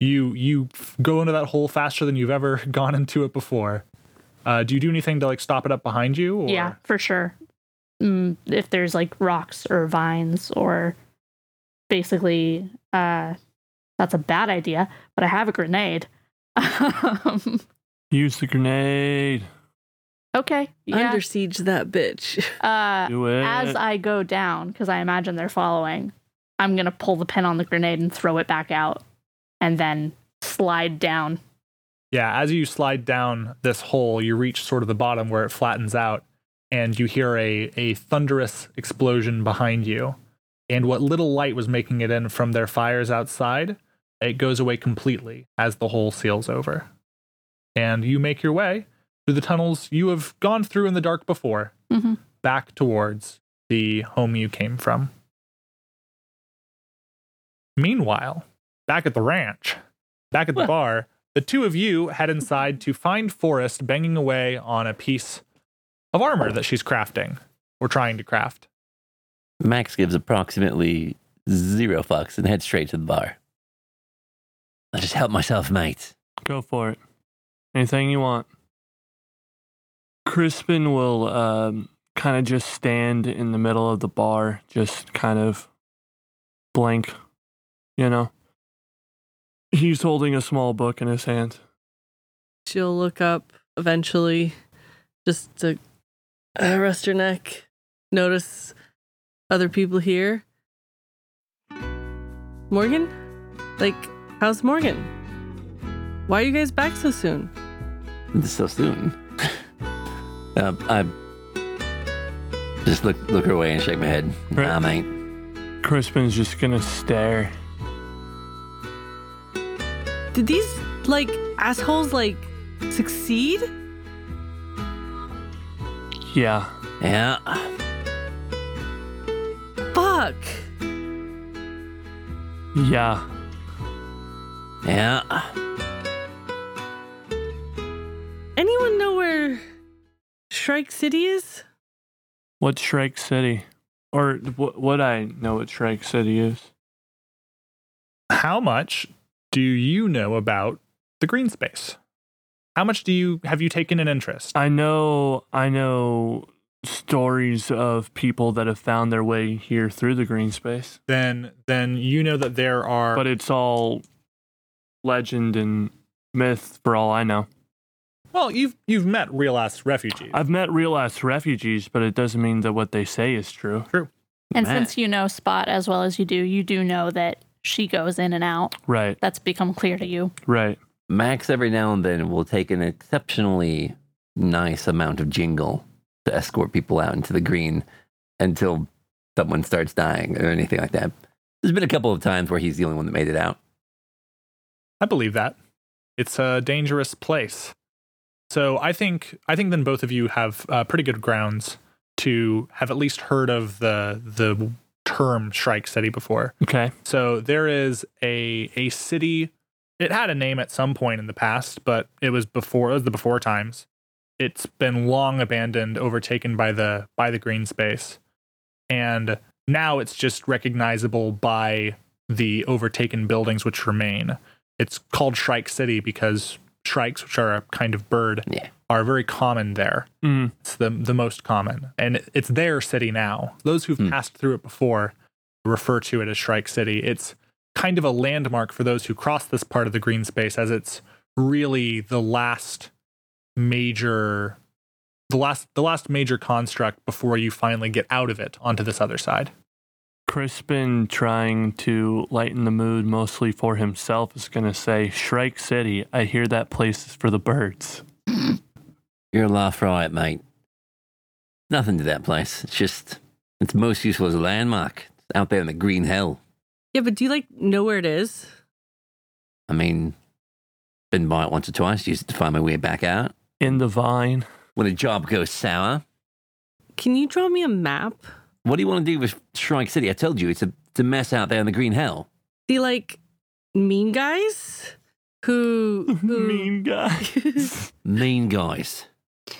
you you f- go into that hole faster than you've ever gone into it before uh, do you do anything to like stop it up behind you or Yeah, for sure. Mm, if there's like rocks or vines or basically, uh, that's a bad idea, but I have a grenade. um, Use the grenade. okay. Yeah. Under siege that bitch. uh, Do it. as I go down, because I imagine they're following, I'm going to pull the pin on the grenade and throw it back out and then slide down. yeah as you slide down this hole you reach sort of the bottom where it flattens out and you hear a a thunderous explosion behind you and what little light was making it in from their fires outside it goes away completely as the hole seals over and you make your way through the tunnels you have gone through in the dark before Mhm. back towards the home you came from. Meanwhile, back at the ranch, back at the bar, the two of you head inside to find Forrest banging away on a piece of armor that she's crafting or trying to craft. Max gives approximately zero fucks and heads straight to the bar. I just help myself, mate. Go for it. Anything you want. Crispin will um, kind of just stand in the middle of the bar, just kind of blank, you know. He's holding a small book in his hand. She'll look up eventually just to uh, rest her neck, notice other people here. Morgan? Like, how's Morgan? Why are you guys back so soon? So soon. uh, I just look look her way and shake my head. Right. Nah, mate. Crispin's just gonna stare. Did these, like, assholes, like, succeed? Yeah, Yeah. Fuck! yeah. Yeah. Anyone know where Shrike City is? What Shrike City? Or wh- what I know what Shrike City is. How much do you know about the green space? How much do you have you taken an interest? I know I know stories of people that have found their way here through the green space. Then then you know that there are but it's all legend and myth for all I know. well, you've you've met real ass refugees. I've met real ass refugees, but it doesn't mean that what they say is true. Matt. And since you know Spot as well as you do, you do know that she goes in and out. Right, That's become clear to you. right. Max every now and then will take an exceptionally nice amount of jingle to escort people out into the green until someone starts dying or anything like that. There's been a couple of times where he's the only one that made it out. I believe that. It's a dangerous place. So I think I think then both of you have uh, pretty good grounds to have at least heard of the the term Shrike City before. Okay. So there is a a city. It had a name at some point in the past, but it was before it was the before times. It's been long abandoned, overtaken by the by the green space, and now it's just recognizable by the overtaken buildings which remain. It's called Shrike City because shrikes, which are a kind of bird, Yeah. are very common there. Mm. It's the the most common, and it- it's their city now. Those who've Hmm. passed through it before refer to it as Shrike City. It's kind of a landmark for those who cross this part of the green space, as it's really the last major, the last the last major construct before you finally get out of it onto this other side. Crispin trying to lighten the mood mostly for himself is going to say, Shrike City, I hear that place is for the birds. You're a laugh right, mate. Nothing to that place. It's just, it's most useful as a landmark. It's out there in the green hell. Yeah, but do you like know where it is? I mean, been by it once or twice, used it to find my way back out. In the vine. When a job goes sour, Can you draw me a map? what do you want to do with Shrike City? I told you, it's a, it's a mess out there in the green hell. The like mean guys who, who mean guy. Mean guys.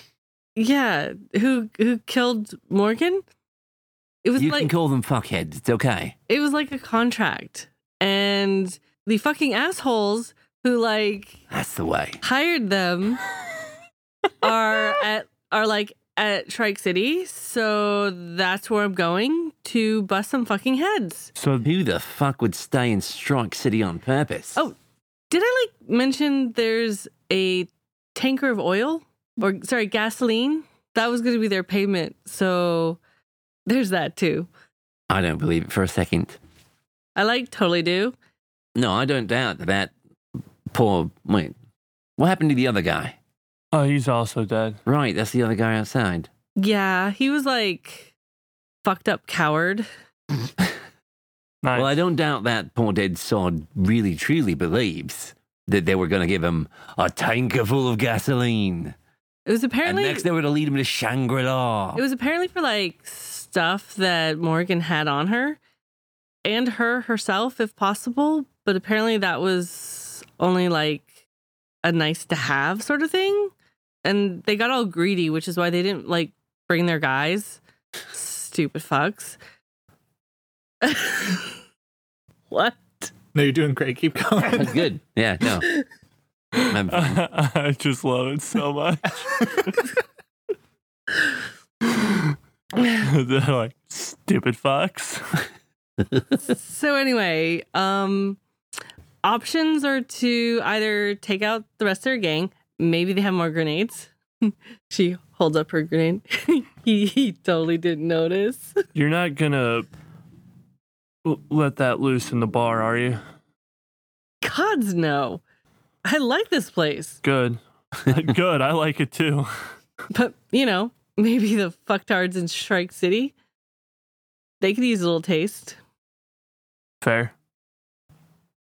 yeah, who who killed Morgan? It was You like can call them fuckheads. It's okay. it was like a contract. And the fucking assholes who like That's the way. hired them are at are like at Shrike City, so that's where I'm going to bust some fucking heads. So Who the fuck would stay in Strike City on purpose? Oh. Did I like mention there's a tanker of oil or sorry, gasoline? That was going to be their payment. So there's that too. I don't believe it for a second. I like totally do. No, I don't doubt that that poor. Wait, what happened to the other guy? oh, he's also dead. Right, that's the other guy outside. Yeah, he was like fucked up coward. Nice. Well, I don't doubt that poor dead sod really truly believes that they were going to give him a tanker full of gasoline. It was And apparently next they were going to lead him to Shangri La. It was apparently for like stuff that Morgan had on her and her herself, if possible. But apparently that was only like a nice to have sort of thing. And they got all greedy, which is why they didn't like bring their guys. Stupid fucks. what? No, you're doing great. Keep going. That's good. Yeah, no. Um, I'm- I just love it so much. They're like, stupid fucks. so anyway, um options are to either take out the rest of their gang. Maybe they have more grenades. she holds up her grenade. he, he totally didn't notice. You're not going to let that loose in the bar, are you? Gods no. I like this place. Good. Good. I like it too. But you know, maybe the fucktards in Shrike City. They could use a little taste. Fair.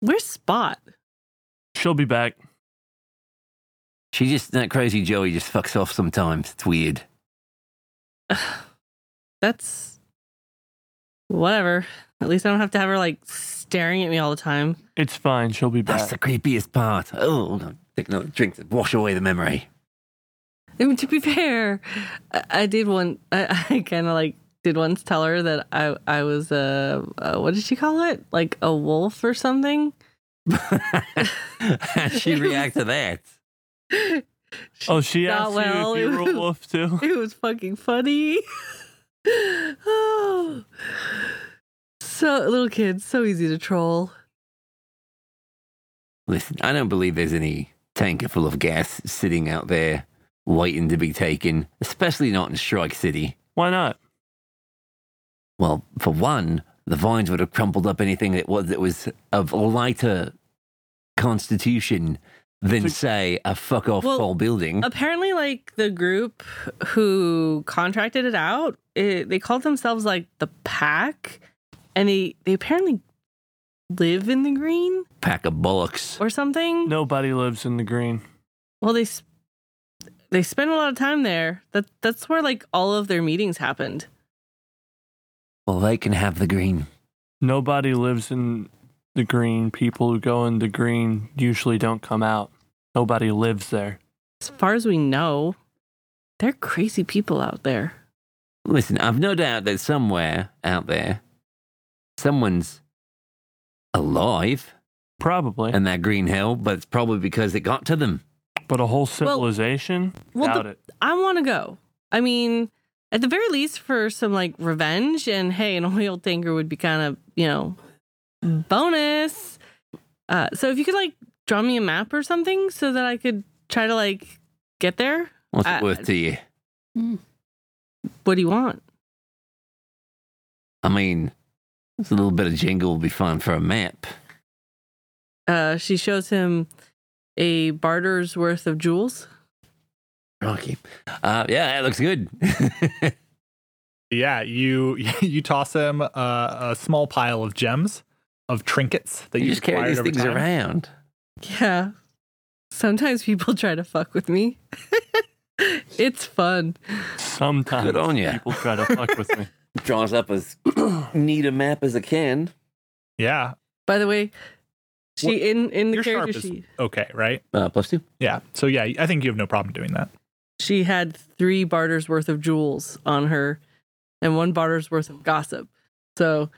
Where's Spot? She'll be back. she just, that crazy Joey just fucks off sometimes. It's weird. That's whatever. At least I don't have to have her like staring at me all the time. It's fine. She'll be That's back. the creepiest part. Oh, hold on. Take another drink to wash away the memory. I mean, to be fair, I, I did one. I, I kind of like did once tell her that I I was a, uh what did she call it? Like a wolf or something. How'd she react to that? oh, she Not asked well. you if you were a wolf too. It was fucking funny. oh, so little kids, so easy to troll. Listen, I don't believe there's any tanker full of gas sitting out there waiting to be taken, especially not in Shrike City. Why not? Well, for one, the vines would have crumpled up anything that was that was of lighter constitution than, So- say, a fuck off Well, tall building. Apparently, like the group who contracted it out, it, they called themselves like the pack, and they they apparently live in the green pack of bollocks. or something. Nobody lives in the green. Well, they sp- they spend a lot of time there. That that's where like all of their meetings happened. Well, they can have the green. Nobody lives in the green. People who go in the green usually don't come out. Nobody lives there. As far as we know, they're crazy people out there. Listen, I've no doubt that somewhere out there, someone's alive Probably. in that green hill, but it's probably because it got to them. but a whole civilization? well, Doubt the- it. I want to go. I mean, at the very least for some like revenge and hey, an oil tanker would be kind of, you know, bonus. Uh so if you could like draw me a map or something so that I could try to like get there, What's I- it worth to you? what do you want? I mean, This little bit of jingle will be fun for a map. Uh, she shows him a barter's worth of jewels. Rocky. Uh, yeah, that looks good. Yeah, you you toss him a, a small pile of gems, of trinkets that you you just carry acquired these over things time. around. Yeah. Sometimes people try to fuck with me. it's fun. Sometimes Good on ya. people try to fuck with me. Draws up as neat a map as I can. Yeah, By the way, she What- in in the your sharp character is she okay, right? Uh, plus two. Yeah. So yeah, I think you have no problem doing that. she had three barter's worth of jewels on her, and one barter's worth of gossip. So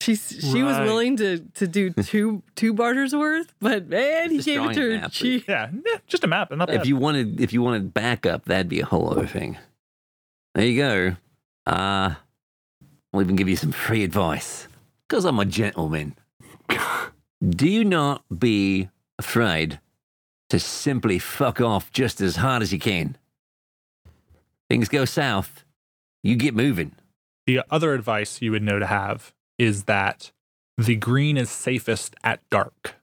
she she was Right. willing to to do two two barter's worth, but man, he Just gave it drawing to an her. app. She, Yeah, yeah, just a map and not If bad. you wanted, if you wanted backup, that'd be a whole other thing. There you go. Uh, I'll even give you some free advice because I'm a gentleman. Do not be afraid to simply fuck off just as hard as you can. Things go south, you get moving. The other advice you would know to have is that the green is safest at dark.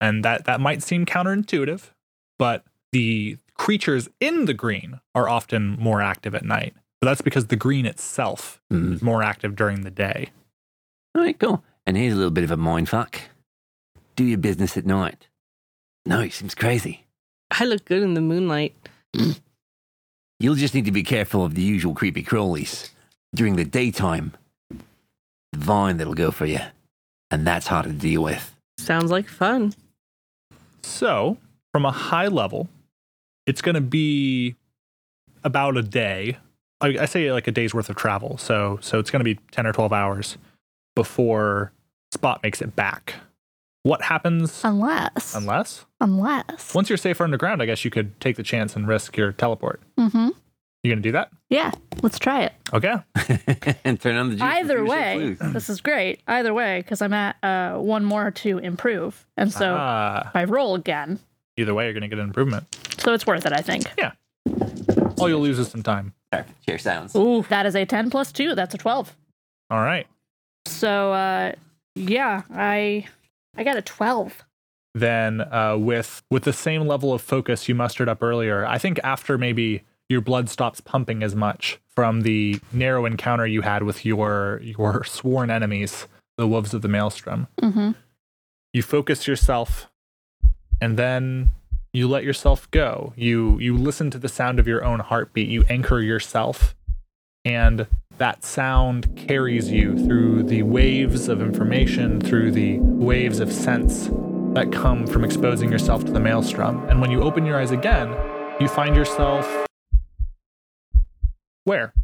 And that, that might seem counterintuitive, but the creatures in the green are often more active at night. But that's because the green itself Mm. is more active during the day. All right, cool. And here's a little bit of a mind fuck. Do your business at night. No, it seems crazy. I look good in the moonlight. You'll just need to be careful of the usual creepy crawlies. During the daytime, the vine that'll go for you. And that's hard to deal with. Sounds like fun. So, from a high level, it's going to be about a day. I, I say like a day's worth of travel. So, so it's going to be 10 or 12 hours before Spot makes it back. What Uh, happens Unless. unless Unless. once you're safe underground, I guess you could take the chance and risk your teleport. Mm-hmm. You going to do that? Yeah. Let's try it. Okay. and turn on the juice and Either finish that way, clue. this is great. Either way, because I'm at uh, one more to improve, and so Ah, I roll again. either way, you're going to get an improvement. So it's worth it, I think. All you'll lose is some time. Cheer sounds. Ooh, That is a ten plus two. That's a twelve. All right. So uh, yeah, I I got a twelve. Then uh, with with the same level of focus you mustered up earlier. I think after maybe your blood stops pumping as much from the narrow encounter you had with your your sworn enemies, the wolves of the maelstrom. Mm-hmm. you focus yourself and then you let yourself go you you listen to the sound of your own heartbeat you anchor yourself and that sound carries you through the waves of information through the waves of sense that come from exposing yourself to the maelstrom and when you open your eyes again you find yourself where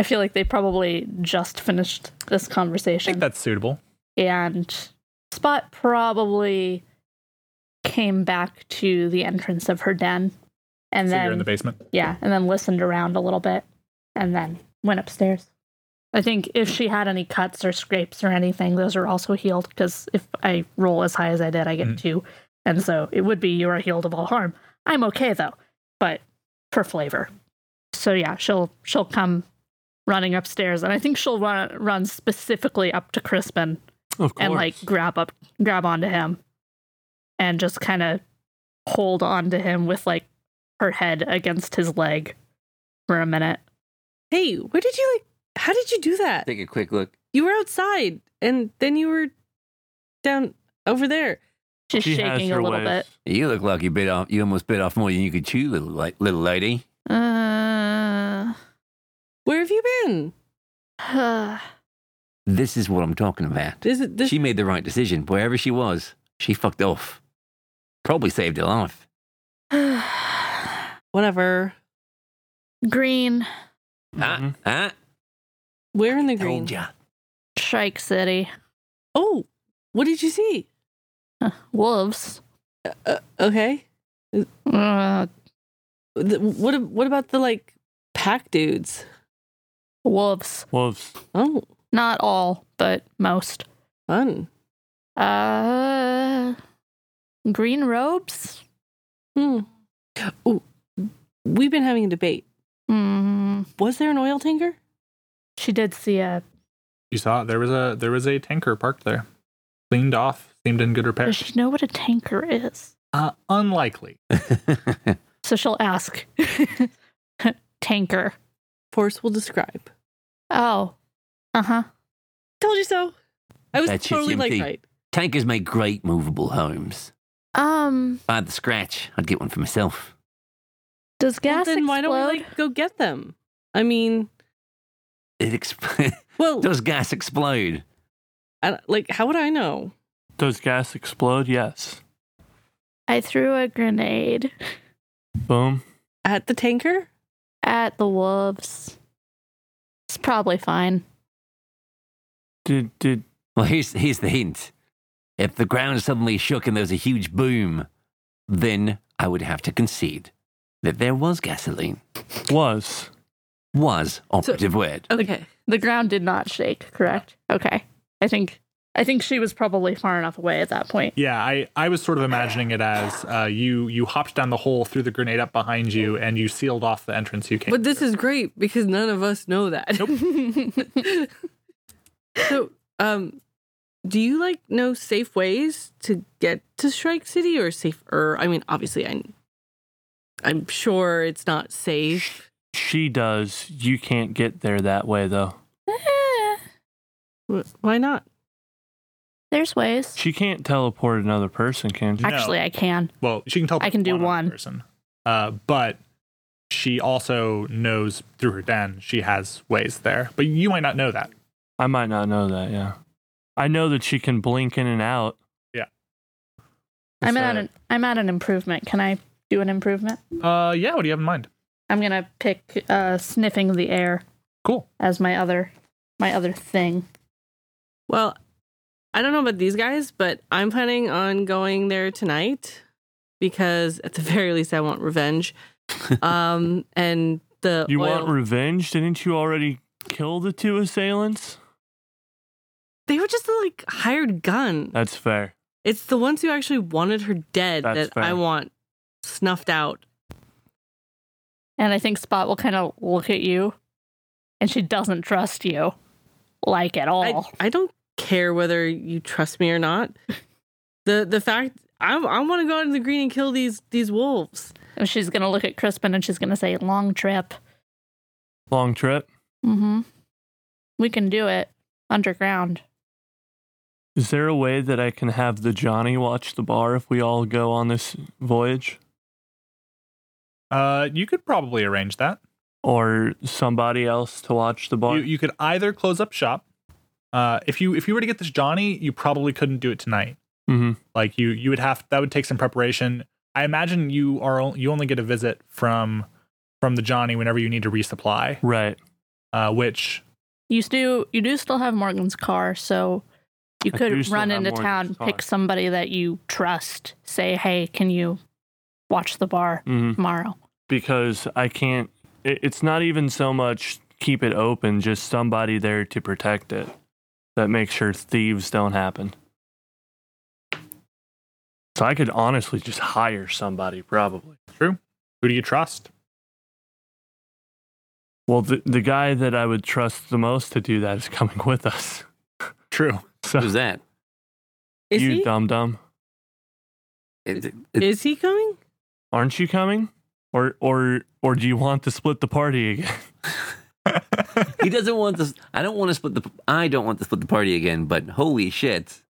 I feel like they probably just finished this i think conversation, that's suitable and Spot probably came back to the entrance of her den, and so then you're in the basement Yeah, and then listened around a little bit and then went upstairs. I think if she had any cuts or scrapes or anything, those are also healed because if I roll as high as I did, I get Mhm. two. And so it would be you are healed of all harm. I'm okay though, but for flavor. So yeah, she'll she'll come running upstairs and I think she'll run run specifically up to Crispin Of course. and like grab up grab onto him and just kind of hold onto him with like her head against his leg for a minute. hey, where did you like? How did you do that? Take a quick look. You were outside, and then you were down over there. She's She has shaking a her little ways. bit. You look like you bit off. You almost bit off more than you could chew, little la- little lady. Uh, Where have you been? This is what I'm talking about. Is it this? She made the right decision. Wherever she was, she fucked off. Probably saved her life. Whatever. Green, Mhm. Ah, ah, Where in the green? told ya. Shrike City, Oh, what did you see? Huh, wolves. Uh, okay. Uh, The- what ab- What about the like pack dudes? wolves. Wolves. Oh, Not all, but most. fun. Uh, green robes? Hmm. Oh, we've been having a debate. Hmm. Was there an oil tanker? She did see a You saw it. there was a there was a tanker parked there, cleaned off, seemed in good repair. Does she know what a tanker is? Uh, unlikely. So she'll ask. tanker. Force will describe. Oh. Uh huh. Told you so. I was That shit's totally like empty. right. Tankers make great movable homes. Um. If I had the scratch, I'd get one for myself. Does Well, gas then why explode? don't we like go get them? I mean, It exp- well, does gas explode? I don't- like how would I know? Does gas explode? Yes. I threw a grenade Boom. At the tanker? at the wolves. It's probably fine. Did did Well, here's here's the hint. If the ground suddenly shook and there was a huge boom, then I would have to concede that there was gasoline. was Was operative word. Okay. The ground did not shake, correct? Okay. I think I think she was probably far enough away at that point. Yeah, I, I was sort of imagining it as uh, you you hopped down the hole, threw the grenade up behind you, and you sealed off the entrance you came. But this is great because none of us know that. so, um, do you like know safe ways to get to Shrike City or safer? I mean, obviously, I, I'm sure it's not safe. she does. You can't get there that way though. Eh, Wh- Why not? There's ways. She can't teleport another person, can she? No. Actually, I can. well, she can tell. I can do other one. person, uh, but she also knows through her den she has ways there. But you might not know that. I might not know that, yeah. I know that she can blink in and out. I'm So- at an I'm at an improvement. Can I do an improvement? Uh, yeah. What do you have in mind? I'm gonna pick uh, sniffing the air Cool. as my other my other thing. Well, I don't know about these guys, but I'm planning on going there tonight because at the very least I want revenge. Um and the You oil, want revenge? Didn't you already kill the two assailants? they were just the like hired gun. That's fair. It's the ones who actually wanted her dead That's that I fair. want snuffed out. And I think Spot will kind of look at you, and she doesn't trust you, like at all. I, I don't care whether you trust me or not. The the fact I I want to go out in the green and kill these these wolves. And she's gonna look at Crispin and she's gonna say, "Long trip. Long trip. Mm-hmm. We can do it underground. Is there a way that I can have the Johnny watch the bar if we all go on this voyage? Uh, you could probably arrange that. Or somebody else to watch the bar? You, you could either close up shop. Uh, if you if you were to get this Johnny, you probably couldn't do it tonight. hmm like you you would have that would take some preparation i imagine you are on- you only get a visit from from the johnny whenever you need to resupply Right. uh which You do you do still have Morgan's car, so you I do could still run have into Morgan's town, car. pick somebody that you trust, say, "Hey, can you watch the bar hmm tomorrow?" Because I can't, it, it's not even so much keep it open, just somebody there to protect it that makes sure thieves don't happen. So I could honestly just hire somebody, probably. who do you trust Well, the, the guy that I would trust the most to do that is coming with us. true So Who's that? Is you he dum dum, It, it, is he coming? aren't you coming? Or or or do you want to split the party again? he doesn't want to. I don't want to split the. I don't want to split the party again. But holy shit,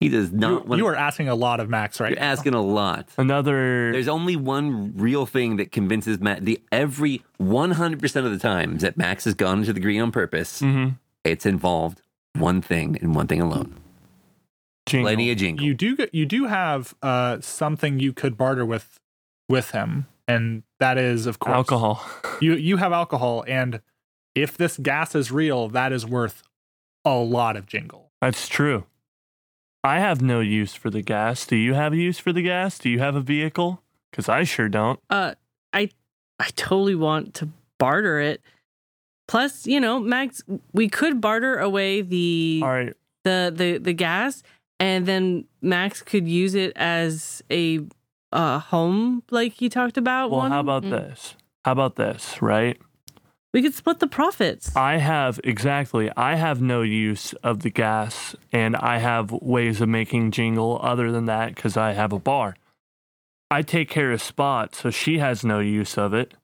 he does not. you, want you are asking a lot of max right You're asking a lot. Another There's only one real thing that convinces Matt. The every 100% of the times that Max has gone into the green on purpose, Mhm. it's involved one thing and one thing alone. Jingle. Plenty of jingle. you do get- you do have uh something you could barter with with him and that is of course alcohol. you you have alcohol and if this gas is real that is worth a lot of jingle That's true. I have no use for the gas. Do you have a use for the gas? Do you have a vehicle? Because I sure don't. uh i i totally want to barter it plus you know max we could barter away the All right. the the the gas and then max could use it as a uh home like you talked about Well, one. how about Mm. this? How about this, right? We could split the profits. Uh, I have exactly. I have no use of the gas, and I have ways of making jingle other than that because I have a bar. I take care of Spot, so she has no use of it.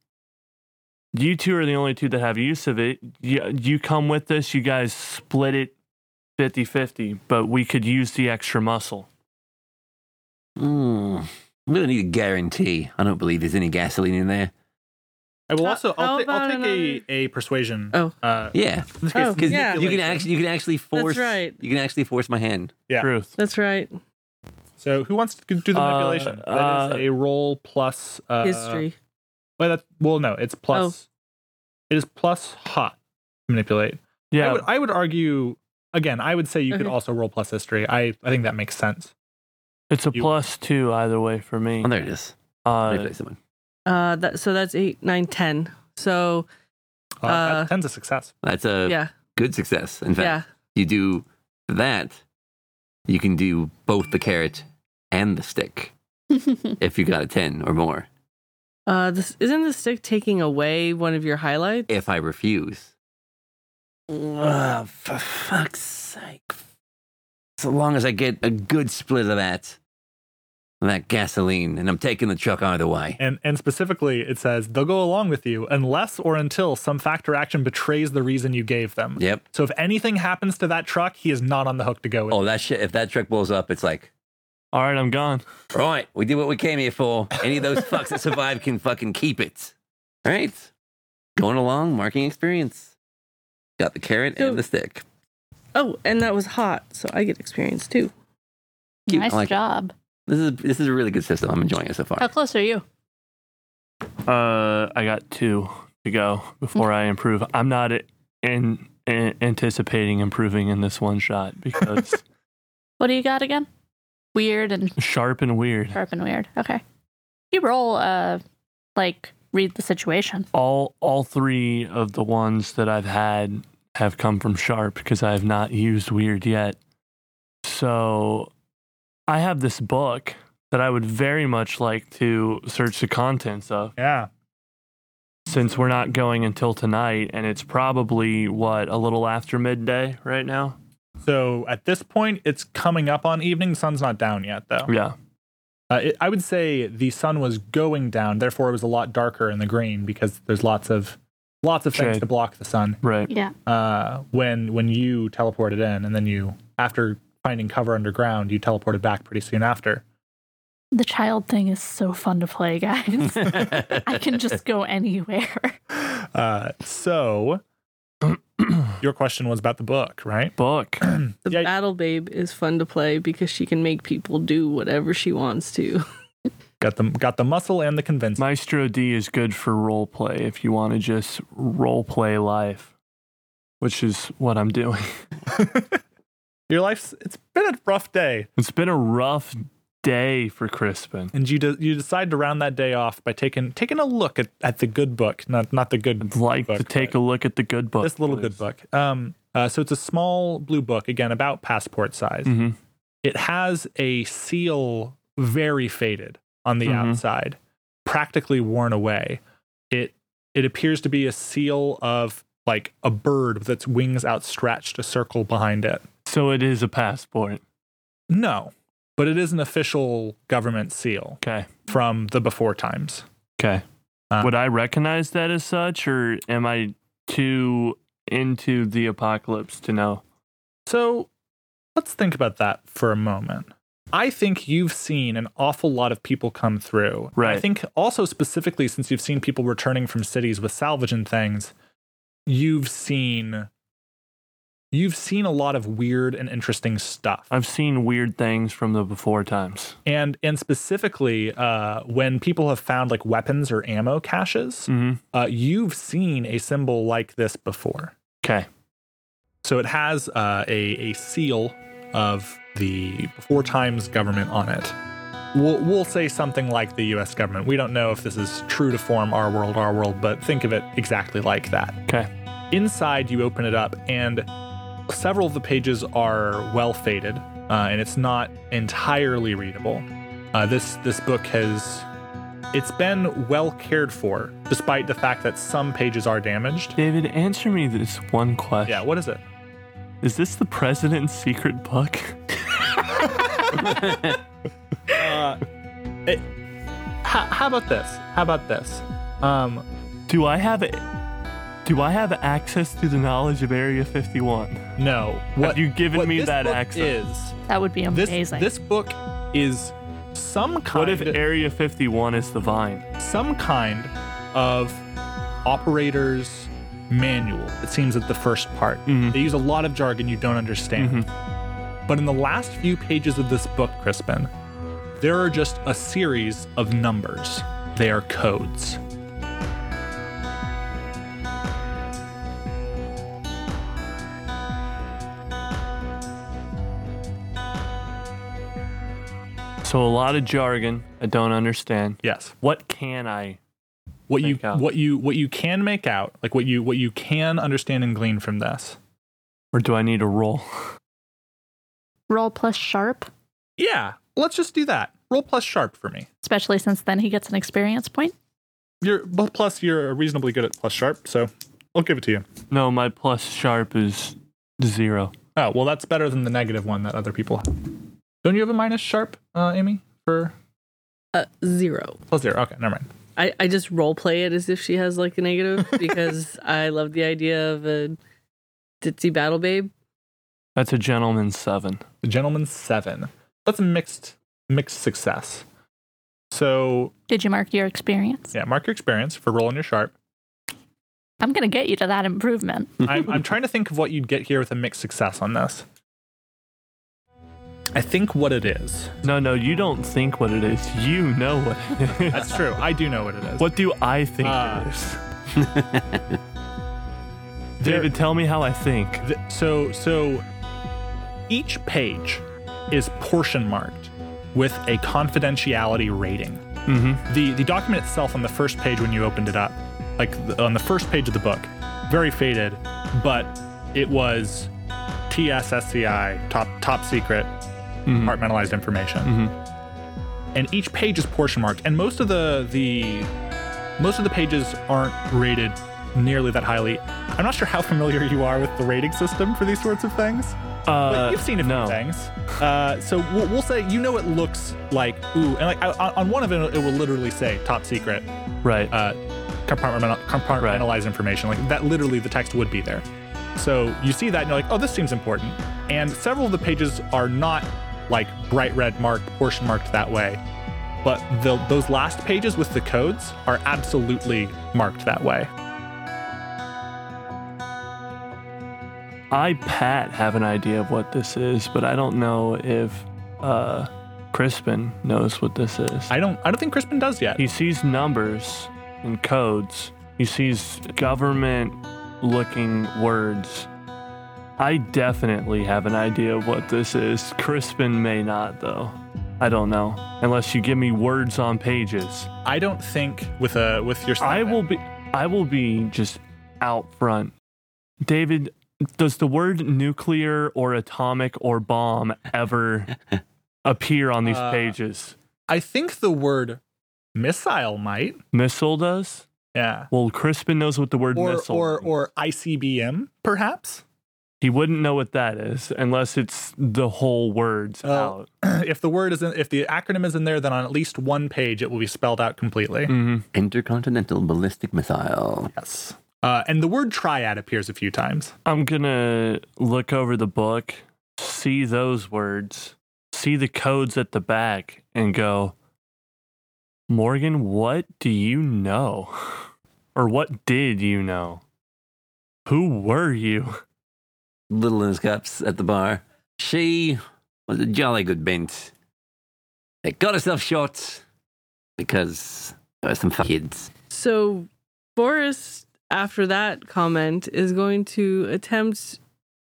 You two are the only two that have use of it. You, you come with us, you guys split it 50 50, but we could use the extra muscle. Mm, we don't need a guarantee. I don't believe there's any gasoline in there. I will How- also. how I'll, ta- I'll about take another- a, a persuasion. Oh. Uh, Yeah, in this Oh, case, because yeah. you can actually you can actually force right. you can actually force my hand. Yeah. Truth. That's right. So who wants to do the Uh, manipulation? uh, that is a roll plus uh, History. Oh. Well, that, well, no, it's plus. It is plus hot manipulate. I Yeah. would, I would argue again. I would say you could Okay. also roll plus history. I, I think that makes sense. It's a you- plus two either way for me. Oh, there it is. Uh, Manipulate someone. Uh, that, so that's eight, nine, ten. So Uh, Uh, that tends a success. That's a yeah, good success. In fact, yeah. you do that, you can do both the carrot and the stick if you got a ten or more. Uh, this isn't the stick taking away one of your highlights. If I refuse, Ugh, for fuck's sake! So long as I get a good split of that, that gasoline, and I'm taking the truck either way. And and specifically, it says they'll go along with you unless or until some fact or action betrays the reason you gave them. Yep. So if anything happens to that truck, he is not on the hook to go with. Oh, that shit! If that truck blows up, it's like. all right, I'm gone. Right, we did what we came here for. Any of those fucks that survive can fucking keep it. All right, going along, marking experience. Got the carrot So- and the stick. Oh, and that was hot, so I get experience too. Cute, I nice like it. job. This is this is a really good system. I'm enjoying it so far. How close are you? Uh, I got two to go before I improve. I'm not in, in anticipating improving in this one shot because What do you got again? Weird and sharp and weird. sharp and weird. Okay. You roll, uh, like, read the situation. All all three of the ones that I've had have come from sharp because I have not used weird yet. So I have this book that I would very much like to search the contents of. Yeah. since we're not going until tonight and it's probably what a little after midday right now So at this point, it's coming up on evening. Sun's not down yet, though. yeah Uh, it, I would say the sun was going down, therefore it was a lot darker in the green because there's lots of lots of things Shade. to block the sun. right Yeah. Uh, when when you teleported in, and then you after finding cover underground, you teleported back pretty soon after. The child thing is so fun to play, guys. I can just go anywhere. Uh, so your question was about the book, right? book The Yeah. battle babe is fun to play because she can make people do whatever she wants to. Got the got the muscle and the convincing. maestro d is good for role play if you want to just role play life which is what i'm doing your life's it's been a rough day, it's been a rough day for crispin and you de- you decide to round that day off by taking taking a look at, at the good book, not not the good i'd like book, to take but a look at the good book this little good book. Um, uh, so it's a small blue book again, about passport size. hmm It has a seal very faded on the Mhm. outside, practically worn away. It it appears to be a seal of like a bird with its wings outstretched, a circle behind it. so it is a passport No, but it is an official government seal okay from the before times. okay Uh, would i recognize that as such or am i too into the apocalypse to know So let's think about that for a moment. I think you've seen an awful lot of people come through. Right. I think also specifically since you've seen people returning from cities with salvage and things, you've seen you've seen a lot of weird and interesting stuff. I've seen weird things from the before times. and and specifically uh, when people have found like weapons or ammo caches, Mm-hmm. uh, you've seen a symbol like this before. Okay. So it has uh, a, a seal of the four times government on it. We'll, we'll say something like the US government. We don't know if this is true to form our world, our world, but think of it exactly like that. Okay. Inside, you open it up, and several of the pages are well faded, uh, and it's not entirely readable. Uh, this this book has It's been well cared for, despite the fact that some pages are damaged. David, answer me this one question. Yeah, what is it? Is this the president's secret book? Uh, it how, how about this? How about this? Um, Do I have do I have access to the knowledge of Area 51? no. What you given what me this that book access? Is That would be this amazing. this book is some kind What if Area 51 is the vine? some kind of operator's manual. It seems at the first part. Mm-hmm. They use a lot of jargon you don't understand. But in the last few pages of this book, Crispin, there are just a series of numbers. They are codes. So a lot of jargon I don't understand. Yes. What can I? What you Make out. what you what you can make out, like what you what you can understand and glean from this. Or do I need a roll? Roll plus sharp, Yeah, let's just do that. Roll plus sharp for me. especially since then he gets an experience point. You're but plus you're reasonably good at plus sharp, so I'll give it to you. No, my plus sharp is zero. Oh, well, that's better than the negative one that other people have. Don't you have a minus sharp, uh, Amy, for Uh, zero. plus zero? Okay, never mind. I, I just role play it as if she has like a negative because I love the idea of a ditzy battle babe. That's a gentleman seven. The gentleman seven. That's a mixed mixed success. So Did you mark your experience? yeah, mark your experience for rolling your sharp. I'm gonna get you to that improvement. I'm, I'm trying to think of what you'd get here with a mixed success on this. I think what it is. No, no, you don't think what it is. You know what it is. That's true. I do know what it is. what do I think Ah. it is? David, tell me how I think. Th- so so each page is portion marked with a confidentiality rating. Mm-hmm. The the document itself on the first page when you opened it up, like the, on the first page of the book, very faded, but it was TSSCI top top secret compartmentalized information. And each page is portion marked, and most of the the most of the pages aren't rated nearly that highly. I'm not sure how familiar you are with the rating system for these sorts of things, but Uh, you've seen a few no. things. Uh, so we'll, we'll say you know it looks like ooh, and like I, on on one of it, it will literally say top secret, Right. uh, compartmental, compartmentalized information. Like that, literally the text would be there. So you see that and you're like, oh, this seems important. And several of the pages are not like bright red marked, portion marked that way. But the, those last pages with the codes are absolutely marked that way. I, Pat, have an idea of what this is, but I don't know if uh, Crispin knows what this is. I don't. I don't think Crispin does yet. he sees numbers and codes, he sees government looking words. I definitely have an idea of what this is. Crispin may not, though. I don't know. Unless you give me words on pages. I don't think with a with your. I will be I will be just out front. David, does the word nuclear or atomic or bomb ever appear on these Uh, pages? I think the word missile might. Missile does? Yeah. Well, Crispin knows what the word Or missile or means. or ICBM perhaps. He wouldn't know what that is unless it's the whole words Oh. out. if the word isn't if the acronym is in there, then on at least one page it will be spelled out completely. Mm-hmm. Intercontinental ballistic missile. Yes. Uh, and the word triad appears a few times. I'm gonna look over the book, see those words, see the codes at the back, and go, Morgan, what do you know? Or what did you know? Who were you? Little in his cups at the bar. She was a jolly good bent. They got herself shot because there were some fu- kids. So Boris, after that comment, is going to attempt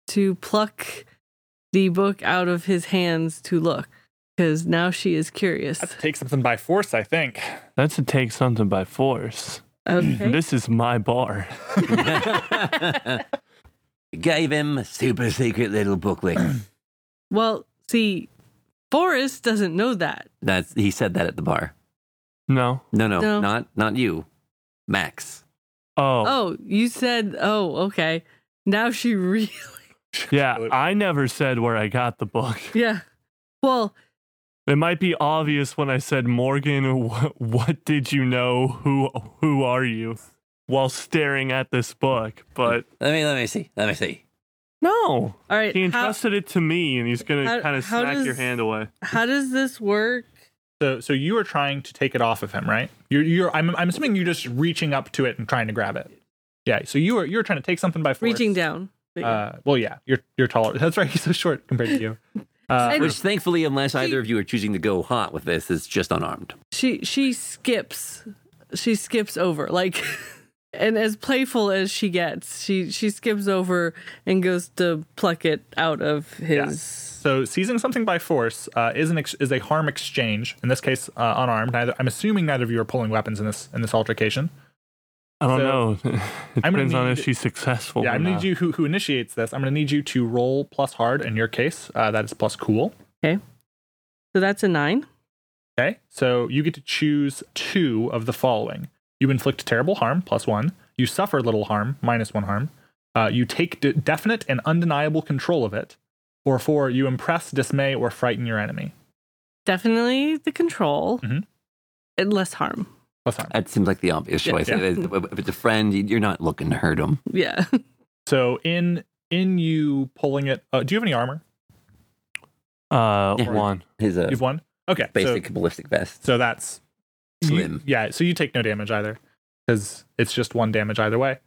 to pluck the book out of his hands to look because now she is curious. take something by force, I think. That's to take something by force. Okay. This is my bar. Gave him a super secret little booklet. Well, see, Boris doesn't know that. That's he said that at the bar. No. No, no, No. not not you, Max. Oh, Oh, you said, oh, okay. Now she really, yeah. I never said where I got the book. yeah. Well, It might be obvious when I said, Morgan, what, what did you know? Who who are you? While staring at this book, but Let me let me see. Let me see. no, all right. he how, entrusted it to me, and he's gonna How- kind of how smack your does- hand away. how does this work? So, so you are trying to take it off of him, right? You're, you're. I'm, I'm assuming you're just reaching up to it and trying to grab it. Yeah. So you are, you're trying to take something by force. Reaching down. Uh, well, yeah. You're, you're taller. That's right. He's so short compared to you. Uh, And- Which, thankfully, unless either of you are choosing to go hot with this, is just unarmed. she she skips she skips over like and as playful as she gets she she skips over and goes to pluck it out of his so seizing something by force uh, is an ex- is a harm exchange. In this case, uh, unarmed. Neither, I'm assuming neither of you are pulling weapons in this in this altercation. I don't So- know. It I'm gonna depends on if need- she's successful. yeah. or I not. need you who who initiates this. I'm going to need you to roll plus hard. In your case, uh, that is plus cool. so that's a nine Okay, so you get to choose two of the following. You inflict terrible harm, plus one. You suffer little harm, minus one harm. Uh, you take de- definite and undeniable control of it. Or four, you impress, dismay, or frighten your enemy. definitely the control Mm-hmm. Mhm. and less harm Plus harm. That seems like the obvious Yeah, choice. yeah. If it's a friend, you- you're not looking to hurt them. yeah So in in you pulling it, uh, do you have any armor? Uh, Yeah. one. His uh, You've one. Okay, basic ballistic vest. So, so that's you- Slim. yeah, so you take no damage either because it's just one damage either way.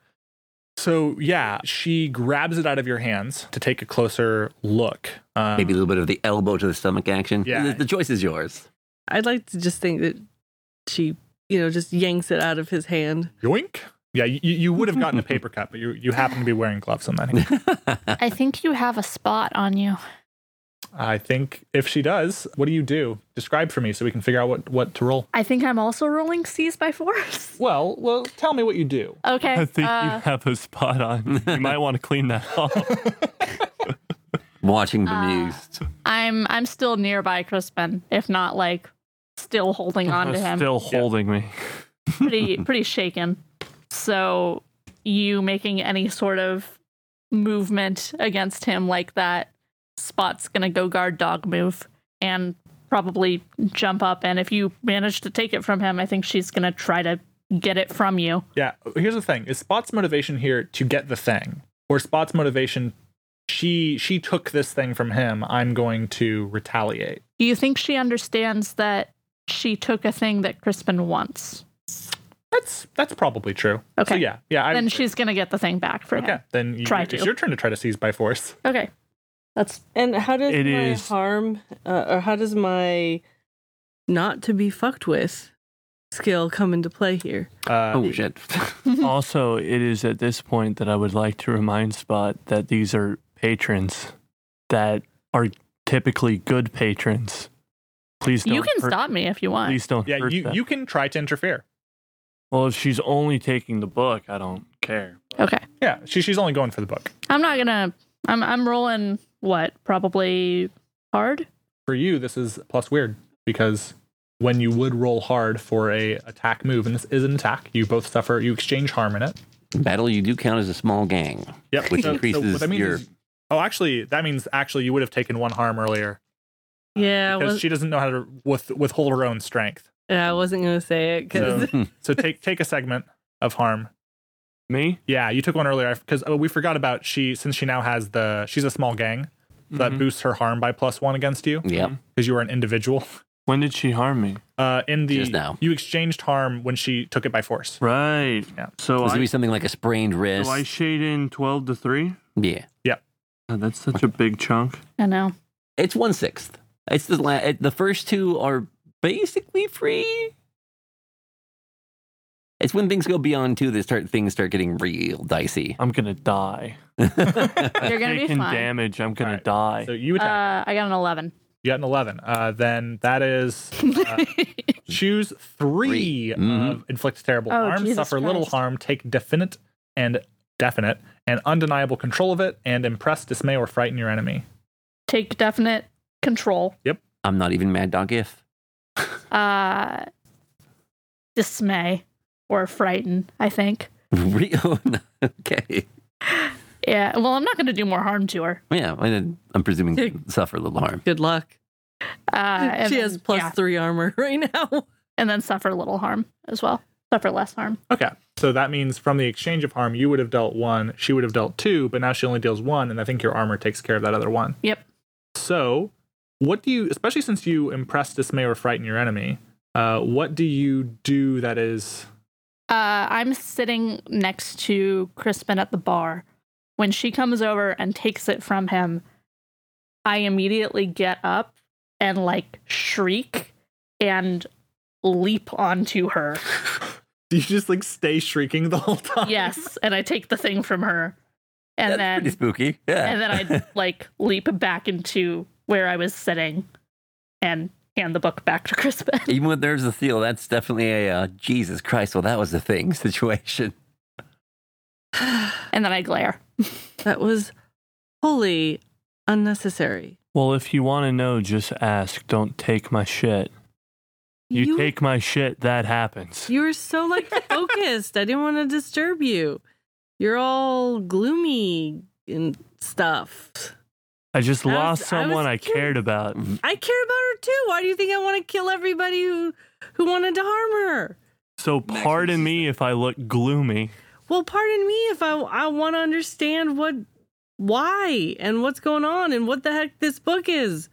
So yeah, she grabs it out of your hands to take a closer look. Um, Maybe a little bit of the elbow to the stomach action. Yeah. The, the choice is yours. i'd like to just think that she you know just yanks it out of his hand Yoink. Yeah, you, you would have gotten a paper cut, but you, you happen to be wearing gloves on that. hand. I think you have a spot on you. I think if she does, what do you do? Describe for me so we can figure out what, what to roll. I think I'm also rolling C's by force. Well, well, tell me what you do. Okay. I think you uh, have a spot on. You might want to clean that up. Watching bemused. I'm I'm still nearby Crispin, if not like still holding on to him. Still holding me. pretty pretty shaken. So you making any sort of movement against him like that, Spot's gonna go guard dog move and probably jump up. And if you manage to take it from him, I think she's gonna try to get it from you. Yeah, here's the thing. Is Spot's motivation here to get the thing? Or Spot's motivation she she took this thing from him. I'm going to retaliate. Do you think she understands that she took a thing that Crispin wants? That's that's probably true. So Okay. yeah, yeah. I, then she's gonna get the thing back for okay. him. Then you, Try it's to. your turn to try to seize by force. Okay. That's and how does It my is- harm uh, or how does my not to be fucked with skill come into play here Uh, oh, shit. also, it is at this point that I would like to remind Spot that these are patrons that are typically good patrons. Please don't. you can hurt- stop me if you want. Please don't. Yeah, hurt you, them. you can try to interfere. Well, if she's only taking the book, I don't care. Okay. Yeah, she, she's only going for the book. I'm not gonna. I'm I'm rolling what probably hard. for you this is plus weird because when you would roll hard for a attack move and this is an attack you both suffer you exchange harm in it Battle, you do count as a small gang. yep Which increases your- oh actually that means actually you would have taken one harm earlier yeah because she doesn't know how to with, withhold her own strength Yeah, I wasn't gonna say it because So- so take take a segment of harm Me? yeah you took one earlier because oh, we forgot about she since she now has the she's a small gang so that Mm-hmm. Mhm. boosts her harm by plus one against you Yep. because you are an individual Mm-hmm. When did she harm me? uh in the Just now. you exchanged harm when she took it by force Right. Yeah. So, It's I, gonna be something like a sprained wrist. so I shade in 12 to 3. yeah. Oh, that's such a big chunk. I know. It's one sixth. It's the la- it, the first two are basically free. It's when things go beyond two that start things start getting real dicey. I'm going to die. You're gonna be Taking fine. damage, I'm going Alright. to die. so you attack Uh, I got an eleven. You got an 11. Uh, then that is uh, choose 3 Three. Mhm. of inflict terrible Oh, harm, Jesus suffer little Christ. harm, take definite and definite and undeniable control of it, and impress, dismay, or frighten your enemy. Take definite control. I'm not even mad dog if. Uh, dismay or frighten, I think. Re- oh, no, okay. Yeah, well, I'm not going to do more harm to her. Yeah, I did, I'm presuming Take- you suffer a little harm. Good luck. Uh, and she then- has plus yeah, three armor right now. and then suffer little harm as well. Suffer less harm. Okay. So that means from the exchange of harm, you would have dealt one, she would have dealt two, but now she only deals one, and I think your armor takes care of that other one. Yep. So, what do you, especially since you impress, dismay, or frighten your enemy, uh, what do you do that is. Uh, I'm sitting next to Crispin at the bar. When she comes over and takes it from him, I immediately get up and like shriek and leap onto her. Do you just like stay shrieking the whole time? Yes, and I take the thing from her, and That's pretty then spooky. Yeah. and then I like leap back into where I was sitting, and hand the book back to Crispin. Even when there's a seal, that's definitely a uh, Jesus Christ. Well, that was the thing situation. and then I glare. That was wholly unnecessary. Well, if you want to know, just ask. Don't take my shit. You, take my shit, that happens. You were so like focused. I didn't want to disturb you. You're all gloomy and stuff. I just I was- lost I was someone I, curious. cared about. Mm-hmm. I care about her too. Why do you think I want to kill everybody who who wanted to harm her? So pardon me if I look gloomy. Well, pardon me if I I want to understand what why and what's going on and what the heck this book is.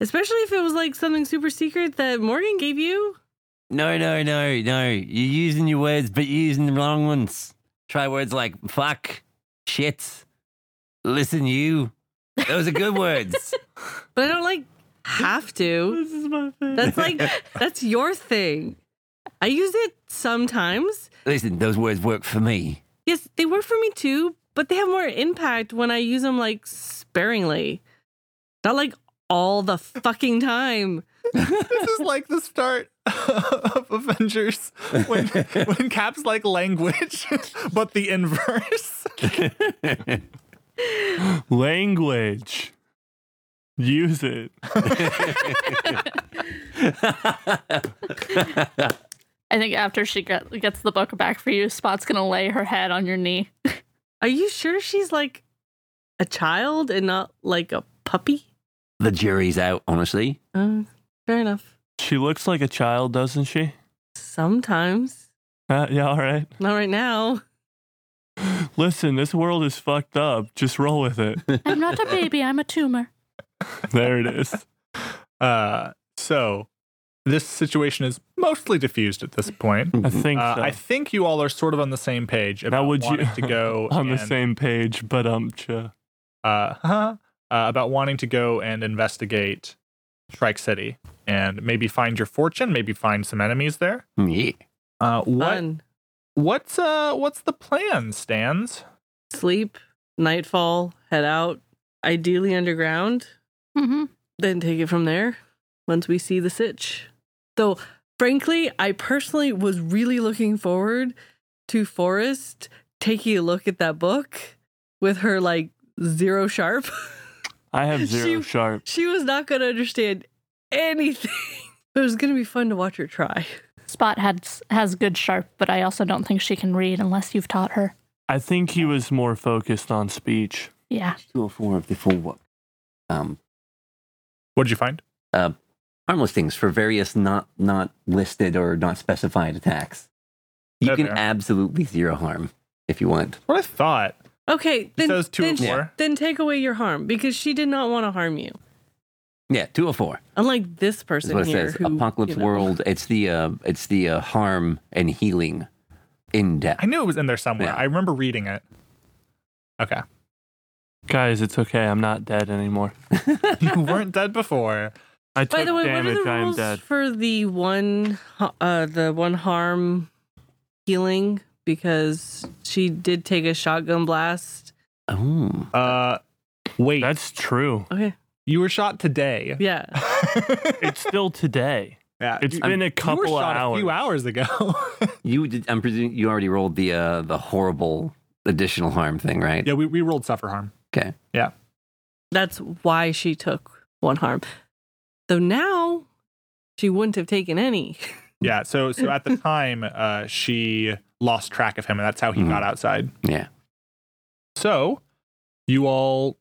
Especially if it was like something super secret that Morgan gave you. No, no, no, no. You're using your words, but you're using the wrong ones. Try words like fuck, shit, listen, you. Those are good words. But I don't like have to. This is my thing. That's like that's your thing. I use it sometimes. Listen, those words work for me. Yes, they work for me too, but they have more impact when I use them like sparingly. Not like all the fucking time. this is like the start of Avengers when, when Cap's like language, but the inverse. Language. Use it. I think after she get, gets the book back for you, Spot's gonna lay her head on your knee. Are you sure she's like a child and not like a puppy? the jury's out, honestly. Uh, fair enough. She looks like a child, doesn't she? Sometimes. Uh, yeah, all right. Not right now. Listen, this world is fucked up. Just roll with it. I'm not a baby. I'm a tumor. There it is. Uh, so, this situation is mostly diffused at this point. I think Uh, so. I think you all are sort of on the same page. About would you- wanting to go on the and, same page, but um, cha. Uh, huh? uh, about wanting to go and investigate Shrike City and maybe find your fortune, maybe find some enemies there. Yeah. Uh, what Fun. what's uh what's the plan, Stans? Sleep, nightfall, head out, ideally underground, Mm-hmm. then take it from there once we see the sitch. Though, frankly, I personally was really looking forward to Forrest taking a look at that book with her like zero sharp. I have zero She- sharp. she was not going to understand anything. But it was going to be fun to watch her try. Spot had has good sharp, but I also don't think she can read unless you've taught her. I think he was more focused on speech. Yeah. Two or four of the full work. Um, What did you find? uh, harmless things for various not not listed or not specified attacks. You Fair can fair. absolutely zero harm if you want. What I thought. Okay, It then, says two then, of four. then take away your harm because she did not want to harm you. Yeah, two or four Unlike this is person what it here, says. who, Apocalypse you know- World. It's the uh, it's the uh, harm and healing in depth. I knew it was in there somewhere. Yeah. I remember reading it. Okay. Guys, it's okay. I'm not dead anymore. you weren't dead before. I took By the way, damage. what I are am the rules dead. for the one, uh, the one harm healing? Because she did take a shotgun blast. Oh, Uh wait. That's true. Okay, you were shot today. yeah, It's still today. yeah. It's you- been a you were couple of shot hours. a few hours ago. you did. I'm presuming you already rolled the uh, the horrible additional harm thing, right? yeah, we, we rolled suffer harm. Okay. that's why she took one harm. Though now she wouldn't have taken any. Yeah. So so at the time, uh, she lost track of him, and that's how he Mhm. got outside. Yeah. So you all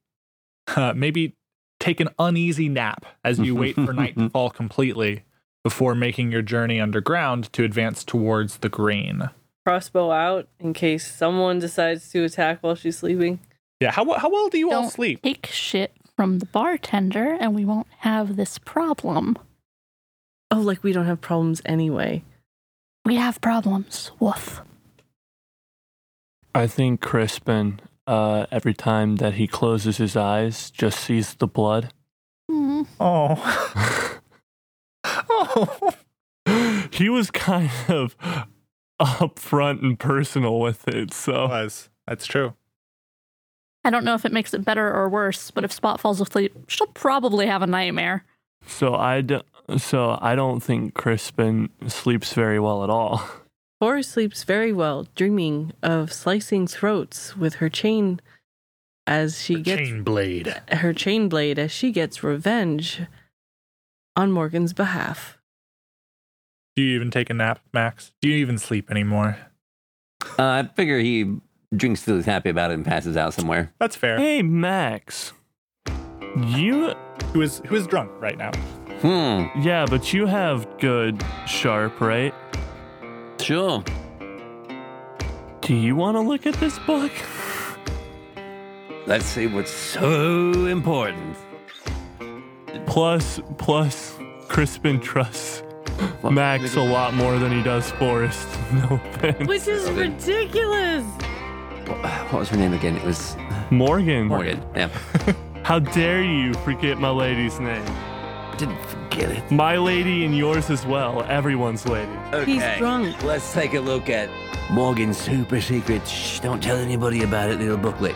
uh, maybe take an uneasy nap as you wait for night to fall completely before making your journey underground to advance towards the green. Crossbow out in case someone decides to attack while she's sleeping. Yeah. How how well do you all Don't- sleep? Take shit from the bartender and we won't have this problem. Oh, like we don't have problems anyway. We have problems. Woof. I think Crispin, uh, every time that he closes his eyes, just sees the blood. Hmm. Oh. oh. he was kind of upfront and personal with it, so Was that's true. I don't know if it makes it better or worse, but if Spot falls asleep, she'll probably have a nightmare. so I d- so I don't think Crispin sleeps very well at all. Cora sleeps very well, dreaming of slicing throats with her chain as she gets blade. her chain blade as she gets revenge on Morgan's behalf. Do you even take a nap, Max? Do you even sleep anymore? Uh, I figure he drinks till he's happy about it and passes out somewhere. That's fair. Hey Max, you Who is who is drunk right now? Hmm. yeah, but you have good sharp, right? Sure. Do you want to look at this book? Let's see what's so important. Plus, plus, Crispin trusts Max a lot more than he does Forrest. No offense. Which is ridiculous. What was her name again? It was Morgan, Morgan. Yeah. how dare you forget my lady's name? Didn't forget it. My lady and yours as well. Everyone's lady. Okay. He's drunk. Let's take a look at Morgan's super secret. Shh, don't tell anybody about it, little booklet.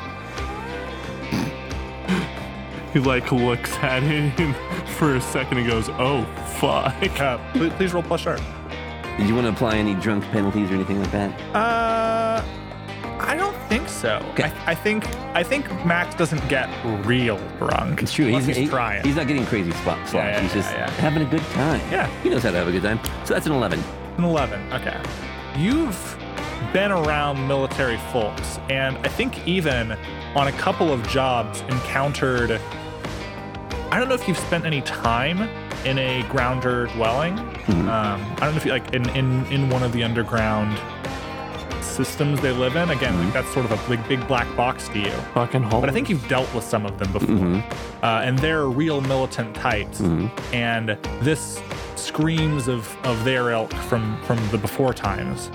He like looks at him for a second and goes, "Oh fuck." Uh, pl- please, roll plus sharp. Did you want to apply any drunk penalties or anything like that? Uh, I don't think so. I, I think I think Max doesn't get real drunk. It's true. Unless He's, he's he- trying. He's not getting crazy spot slots. yeah, he's yeah, just yeah. having a good time. Yeah. He knows how to have a good time. So that's an 11. An 11. Okay. You've been around military folks, and I think even on a couple of jobs encountered. I don't know if you've spent any time in a grounder dwelling. Um, I don't know if you like in, in, in one of the underground systems they live in. Again, like, that's sort of a big, big black box to you. Fucking home. But I think you've dealt with some of them before. Uh, and they're real militant types. And this screams of, of their ilk from, from the before times.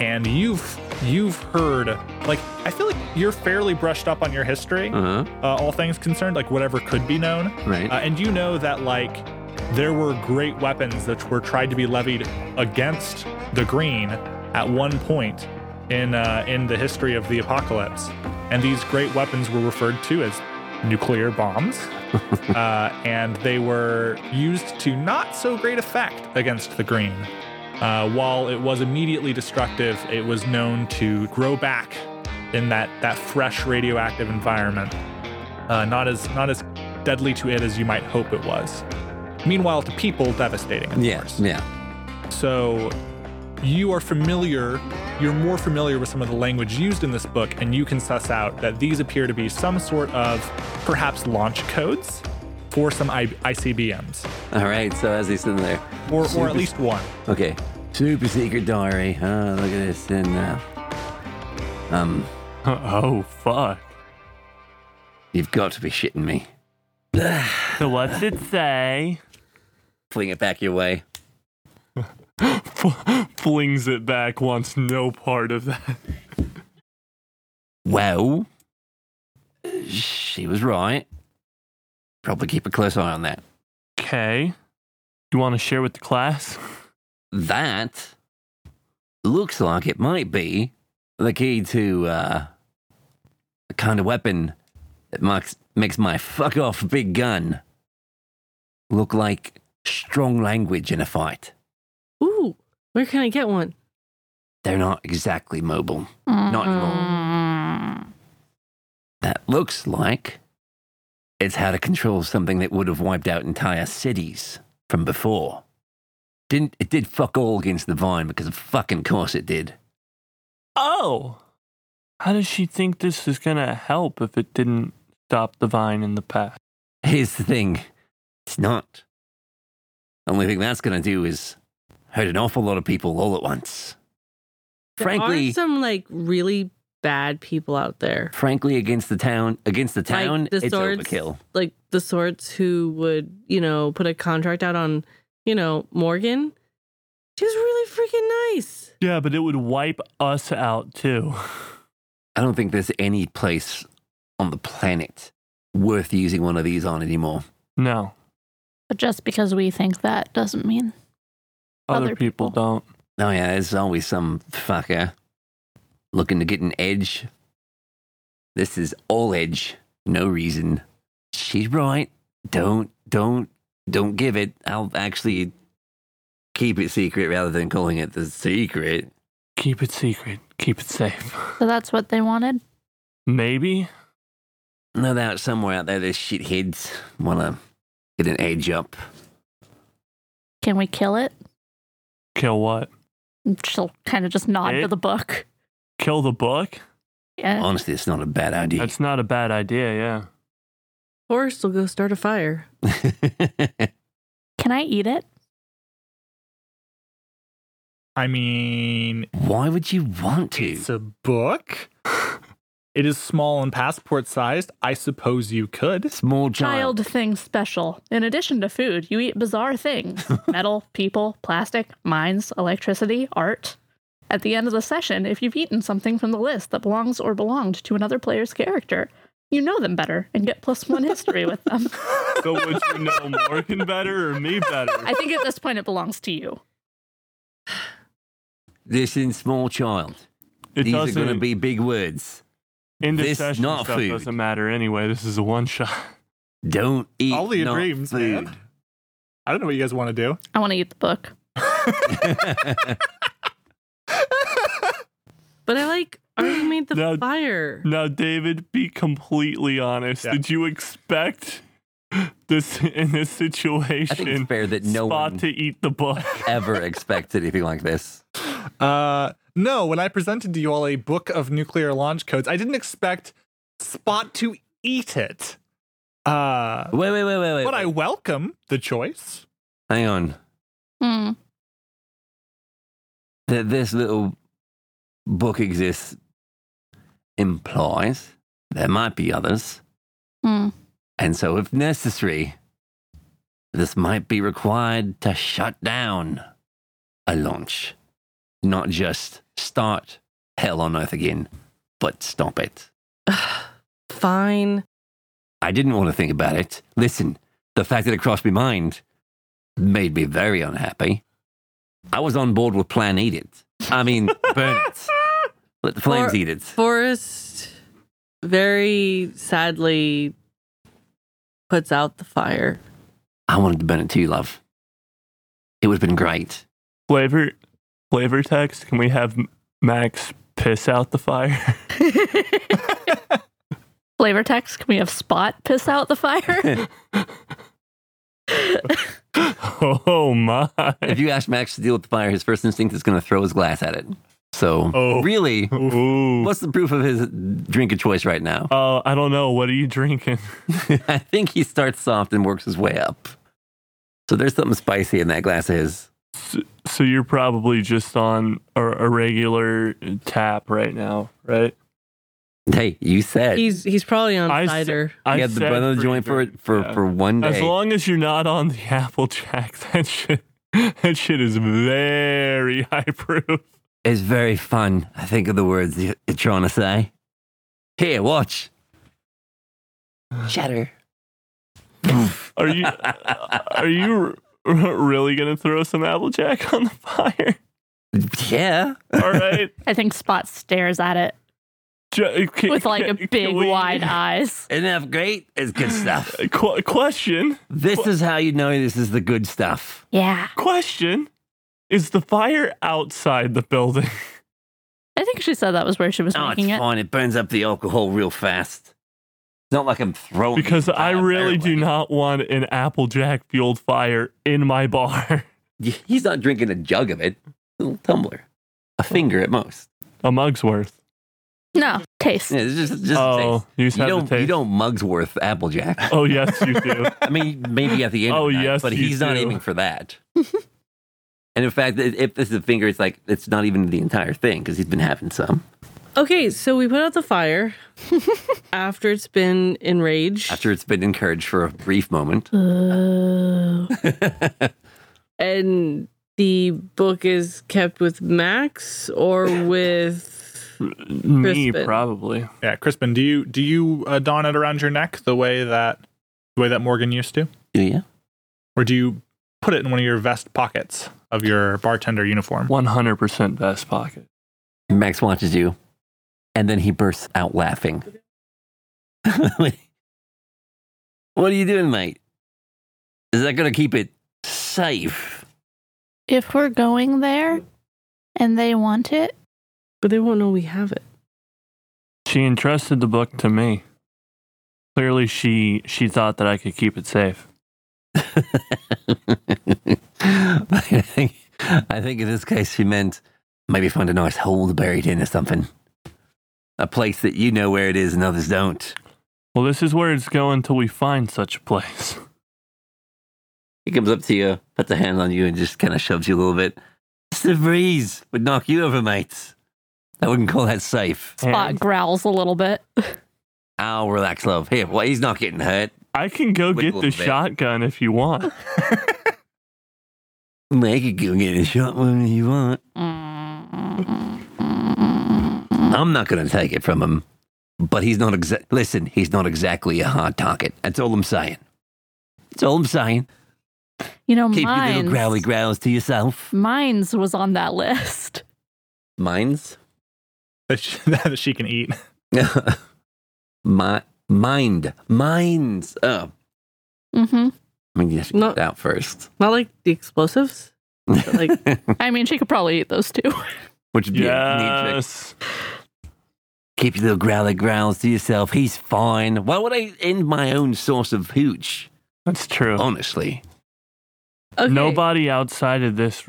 And you've you've heard like I feel like you're fairly brushed up on your history, Uh huh. uh, all things concerned, like whatever could be known. Right. Uh, and you know that, like, there were great weapons that were tried to be levied against the green at one point in uh, in the history of the apocalypse, and these great weapons were referred to as nuclear bombs, uh, and they were used to not so great effect against the green. Uh, while it was immediately destructive, it was known to grow back in that that fresh radioactive environment uh, not as not as deadly to it as you might hope it was. Meanwhile, to people, devastating. Of Yeah. course. Yeah. So you are familiar. You're more familiar with some of the language used in this book, and you can suss out that these appear to be some sort of perhaps launch codes for some I- ICBMs, All right. So as he's sitting there, or or at least one. okay. Super secret diary. Oh, look at this. And uh, um, oh fuck. you've got to be shitting me. So what's it say? Fling it back your way. Flings it back. Wants no part of that. Well, she was right. Probably keep a close eye on that. Okay. You want to share with the class? That looks like it might be the key to uh, the kind of weapon that makes, makes my fuck off big gun look like strong language in a fight. Ooh, where can I get one? They're not exactly mobile. Not anymore. That looks like it's how to control something that would have wiped out entire cities from before. Didn't it did fuck all against the vine because of fucking course it did. Oh. How does she think this is going to help if it didn't stop the vine in the past? Here's the thing. It's not. Only thing that's gonna do is hurt an awful lot of people all at once. there frankly are some like really bad people out there, frankly against the town against the Like, town the it's swords- overkill. like the sorts who would you know put a contract out on you know Morgan. She was really freaking nice. Yeah, but it would wipe us out too. I don't think there's any place on the planet worth using one of these on anymore. No, But just because we think that doesn't mean other, Other people, people. don't. Oh yeah, there's always some fucker looking to get an edge. This is all edge, no reason. She's right. Don't, don't, don't give it. I'll actually keep it secret rather than calling it the secret. Keep it secret. Keep it safe. so that's what they wanted. Maybe. No doubt somewhere out there, there's shitheads wanna get an edge up. Can we kill it? Kill what? And She'll kind of just nod Eh? to the book. Kill the book? Yeah. Honestly, it's not a bad idea. That's not a bad idea, yeah. Forrest will go start a fire. Can I eat it? I mean, Why would you want to? it's a book. it is small and passport sized. I suppose you could. Small child. Child thing special. In addition to food, you eat bizarre things metal, people, plastic, mines, electricity, art. At the end of the session, if you've eaten something from the list that belongs or belonged to another player's character, you know them better and get plus one history with them. So would you know Morgan better or me better? I think at this point it belongs to you. This in small child. It These are doesn't gonna be big words. this indecession not stuff food. doesn't matter anyway. This is a one shot. Don't eat All the not dreams, food. man. I don't know what you guys want to do. I want to eat the book. But I like already made the No. fire. Now, David, be completely honest. Yeah. Did you expect this in this situation? I think it's fair that no spot one to eat the book. ever expects anything like this. Uh, no, when I presented to you all a book of nuclear launch codes, I didn't expect Spot to eat it. Uh, Wait, wait, wait, wait, wait. but I welcome the choice. Hang on. Hmm. That this little book exists implies there might be others, Hmm. and so if necessary, this might be required to shut down a launch, not just start hell on earth again, but stop it. Fine. I didn't want to think about it. Listen, the fact that it crossed my mind made me very unhappy. I was on board with Plan Eat It. I mean, burn it. Let the flames Or- eat it. Forrest very sadly puts out the fire. I wanted to burn it too, love. It would have been great. Flavor, flavor text. Can we have M- Max piss out the fire? Flavor text. Can we have Spot piss out the fire? oh my! If you ask Max to deal with the fire, his first instinct is going to throw his glass at it. So, Oh. really, Ooh. what's the proof of his drink of choice right now? Uh, I don't know. What are you drinking? I think he starts soft and works his way up. So, there's something spicy in that glass of his. So you're probably just on a, a regular tap right now, right? Hey, you said He's he's probably on I s- cider. I he had the said bun on the joint for freezer. for Yeah. for one As day. long as you're not on the Apple Jack, that shit, that shit is very high proof. it's very fun. I think of the words you- you're trying to say. Here, watch. Shatter. Are you, are you r- really gonna throw some Apple Jack on the fire? Yeah. All right, I think Spot stares at it Ju- can- with like can- a big can we- wide eyes. Isn't that great? It's good stuff. Qu- question, This is how you know this is the good stuff. Yeah. question: Is the fire outside the building? I think she said that was where she was Oh, it's making it. fine. It burns up the alcohol real fast. It's not like I'm throwing. Because the I entire really barrel do at it. not want an Apple Jack fueled fire in my bar. He's not drinking a jug of it. A little tumbler. A finger at most. A mug's worth. No, taste. Yeah, it's just, just oh, you just taste. You have don't, to taste. you don't Mugsworth Applejack. Oh yes, you do. I mean, maybe at the end. Oh, of the night, yes, but you he's not do. aiming for that. and in fact, i- if this is a finger, it's like it's not even the entire thing because he's been having some Okay, so we put out the fire after it's been enraged, after it's been encouraged for a brief moment. Uh, and the book is kept with Max or with. Me Crispin. probably. Yeah, Crispin, do you do you uh, don it around your neck the way that the way that Morgan used to, Yeah. or do you put it in one of your vest pockets of your bartender uniform? One hundred percent vest pocket. Max watches you, and then he bursts out laughing. what are you doing, mate? Is that going to keep it safe? if we're going there and they want it, But they won't know we have it. She entrusted the book to me. Clearly, she she thought that I could keep it safe. I think, I think in this case she meant maybe find a nice hole buried in or something. A place that you know where it is and others don't. Well, this is where it's going till we find such a place. He comes up to you, puts a hand on you, and just kind of shoves you a little bit. It's the breeze would knock you over, mate. I wouldn't call that safe. Spot And growls a little bit. Ow, relax, love. Here, well, he's not getting hurt. I can go Wiggle get a the bit. shotgun if you want. They could go get a shot when you want. I'm not going to take it from him. But he's not exa- listen, he's not exactly a hard target. That's all I'm saying. That's all I'm saying. You know, Keep your mines. little growly growls to yourself. mines was on that list. Mines? That she, that she can eat. My, mind. Mines. Oh. hmm I mean, you have to get No. it out first. Not like the explosives. But like I mean, she could probably eat those too. Which would be a neat trick. yes. Keep your little growly growls to yourself. He's fine. Why would I end my own source of hooch? That's true. Oh. Honestly. okay. Nobody outside of this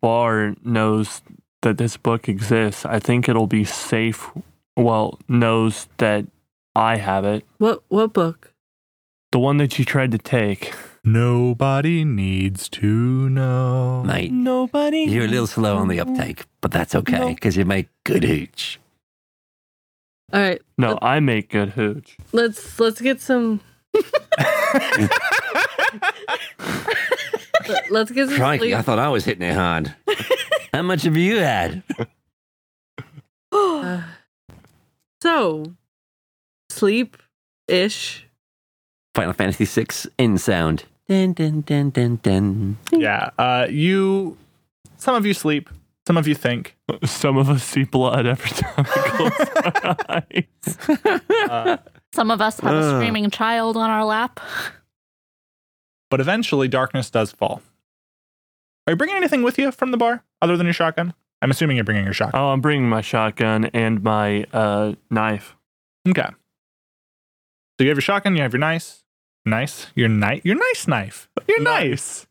bar knows that this book exists. I think it'll be safe. Well, knows that I have it. What what book? The one that you tried to take. Nobody needs to know. Mate. Nobody. You're a little slow on the uptake, but that's okay No. because you make good hooch. All right, No, I make good hooch. let's let's get some. Let- let's get some Crikey, sleep. I thought I was hitting it hard. How much have you had? Uh, so sleep ish. Final Fantasy VI in sound. Dun, dun, dun, dun, dun. Yeah. Uh, you. Some of you sleep. Some of you think. Some of us see blood every time we close our eyes. Uh, Some of us have a Ugh. screaming child on our lap. but eventually, darkness does fall. Are you bringing anything with you from the bar other than your shotgun? I'm assuming you're bringing your shotgun. Oh, I'm bringing my shotgun and my uh, knife. Uh-huh. Okay. So you have your shotgun. You have your nice, nice. Your knife. Your nice knife. Your Knife. nice.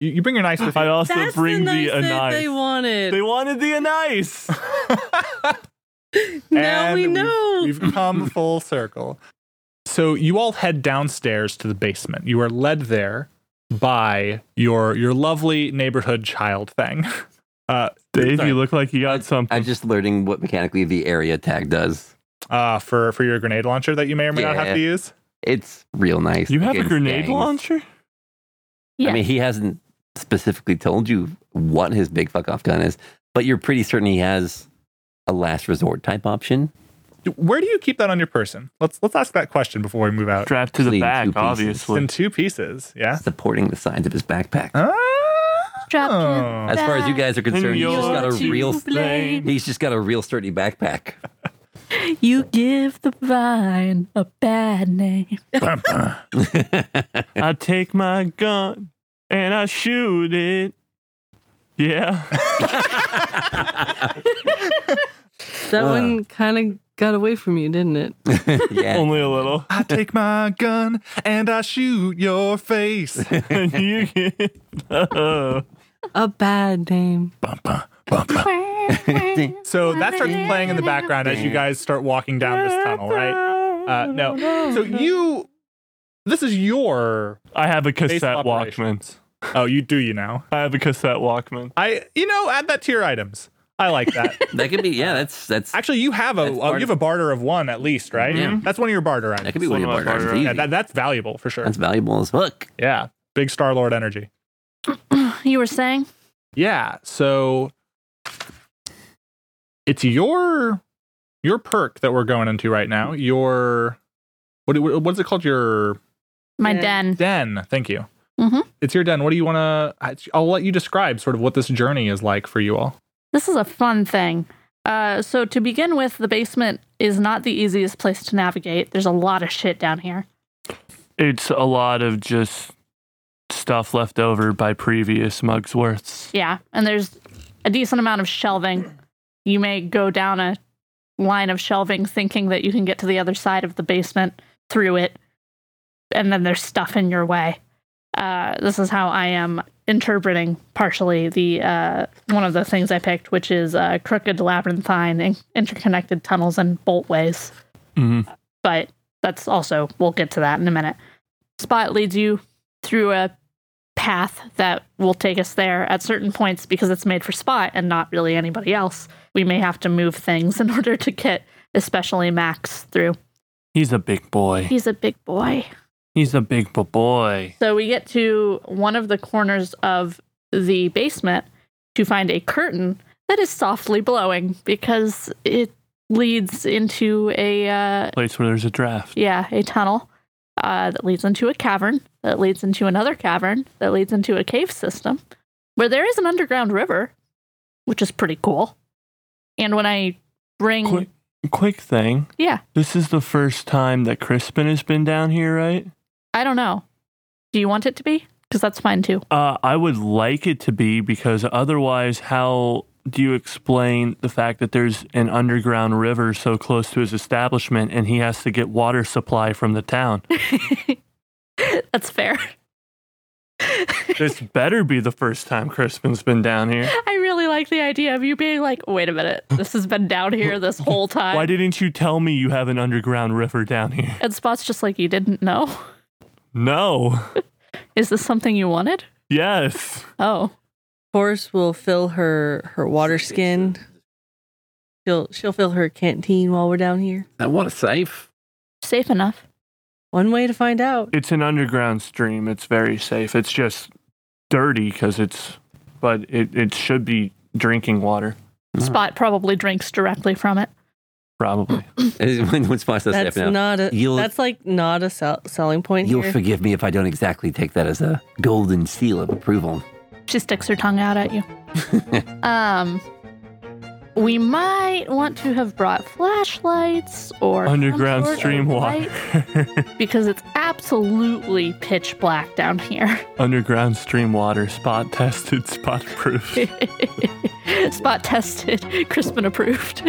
You, you bring your knife with I you. also bring the, a knife. they wanted. They wanted the nice. now And we we've- know. We've come full circle. So you all head downstairs to the basement. You are led there by your your lovely neighborhood child thing. Uh, Dave, Sorry. you look like you got something. I'm just learning what mechanically the area tag does. uh, for for your grenade launcher that you may or may not have to use. It's real nice. You have a against grenade gangs. launcher? Yeah. I mean, he hasn't specifically told you what his big fuck off gun is, but you're pretty certain he has a last resort type option. Where do you keep that on your person? Let's let's ask that question before we move out. Strapped to the Clean two back, pieces. It's in obviously. two pieces. Yeah. Supporting the sides of his backpack. Oh. Ah. Strapped Oh. in As far as you guys are concerned, he's just your got a two real blades. he's just got a real sturdy backpack. You give the vine a bad name. I take my gun and I shoot it. Yeah. that Uh. one kind of got away from you, didn't it? yeah. Only a little. I take my gun and I shoot your face. you get. a bad name. Bum, bum, bum, bum. So that starts playing in the background as you guys start walking down this tunnel, right? Uh, no. So you, this is your. I have a cassette Walkman. operations. Oh, you do you now? I have a cassette Walkman. I, you know, add that to your items. I like that. That could be yeah. That's that's Uh, Actually, you have a That's uh, part you have of- a barter of one at least, right? Yeah. That's one of your barter that items. could be one of one your of my barters. barter- Easy. yeah, that, that's valuable for sure. that's valuable as fuck. yeah, big Star Lord energy. you were saying? Yeah, so it's your your perk that we're going into right now. Your what what- what's it called? Your My Yeah. den. den. Thank you. Mhm. It's your den. What do you want to? I'll let you describe sort of what this journey is like for you all. This is a fun thing. Uh, so to begin with, the basement is not the easiest place to navigate. There's a lot of shit down here. It's a lot of just stuff left over by previous Mugsworths. Yeah, and there's a decent amount of shelving. You may go down a line of shelving thinking that you can get to the other side of the basement through it, and then there's stuff in your way. Uh, this is how I am interpreting partially the uh, one of the things I picked, which is uh, crooked labyrinthine in- interconnected tunnels and boltways hmm but that's also we'll get to that in a minute. Spot leads you through a path that will take us there at certain points because it's made for Spot and not really anybody else. We may have to move things in order to get especially Max through. He's a big boy. He's a big boy. He's a big b- boy. So we get to one of the corners of the basement to find a curtain that is softly blowing because it leads into a uh, Place where there's a draft. Yeah, a tunnel uh, that leads into a cavern, that leads into another cavern, that leads into a cave system where there is an underground river, which is pretty cool. And when I bring. Quick, quick thing. Yeah, This is the first time that Crispin has been down here, right? I don't know. Do you want it to be? Because that's fine too. Uh, I would like it to be because otherwise, how do you explain the fact that there's an underground river so close to his establishment and he has to get water supply from the town? That's fair. this better be the first time Crispin's been down here. I really like the idea of you being like, wait a minute, this has been down here this whole time. Why didn't you tell me you have an underground river down here? and Spot's just like, you didn't know? No. Is this something you wanted? Yes. Oh. Horse will fill her her water skin. She'll she'll fill her canteen while we're down here. That water safe. Safe enough. One way to find out. It's an underground stream. It's very safe. It's just dirty because it's, but it, it should be drinking water, Spot probably drinks directly from it. probably. when, when Spot says That's that now, not a You'll- that's like not a sell, selling point you'll here. forgive me if I don't exactly take that as a golden seal of approval. She sticks her tongue out at you. um, we might want to have brought flashlights or Oh, some underground sort of stream water. light, because it's absolutely pitch black down here. underground stream water, spot tested, spot proof. Spot tested, Crispin approved.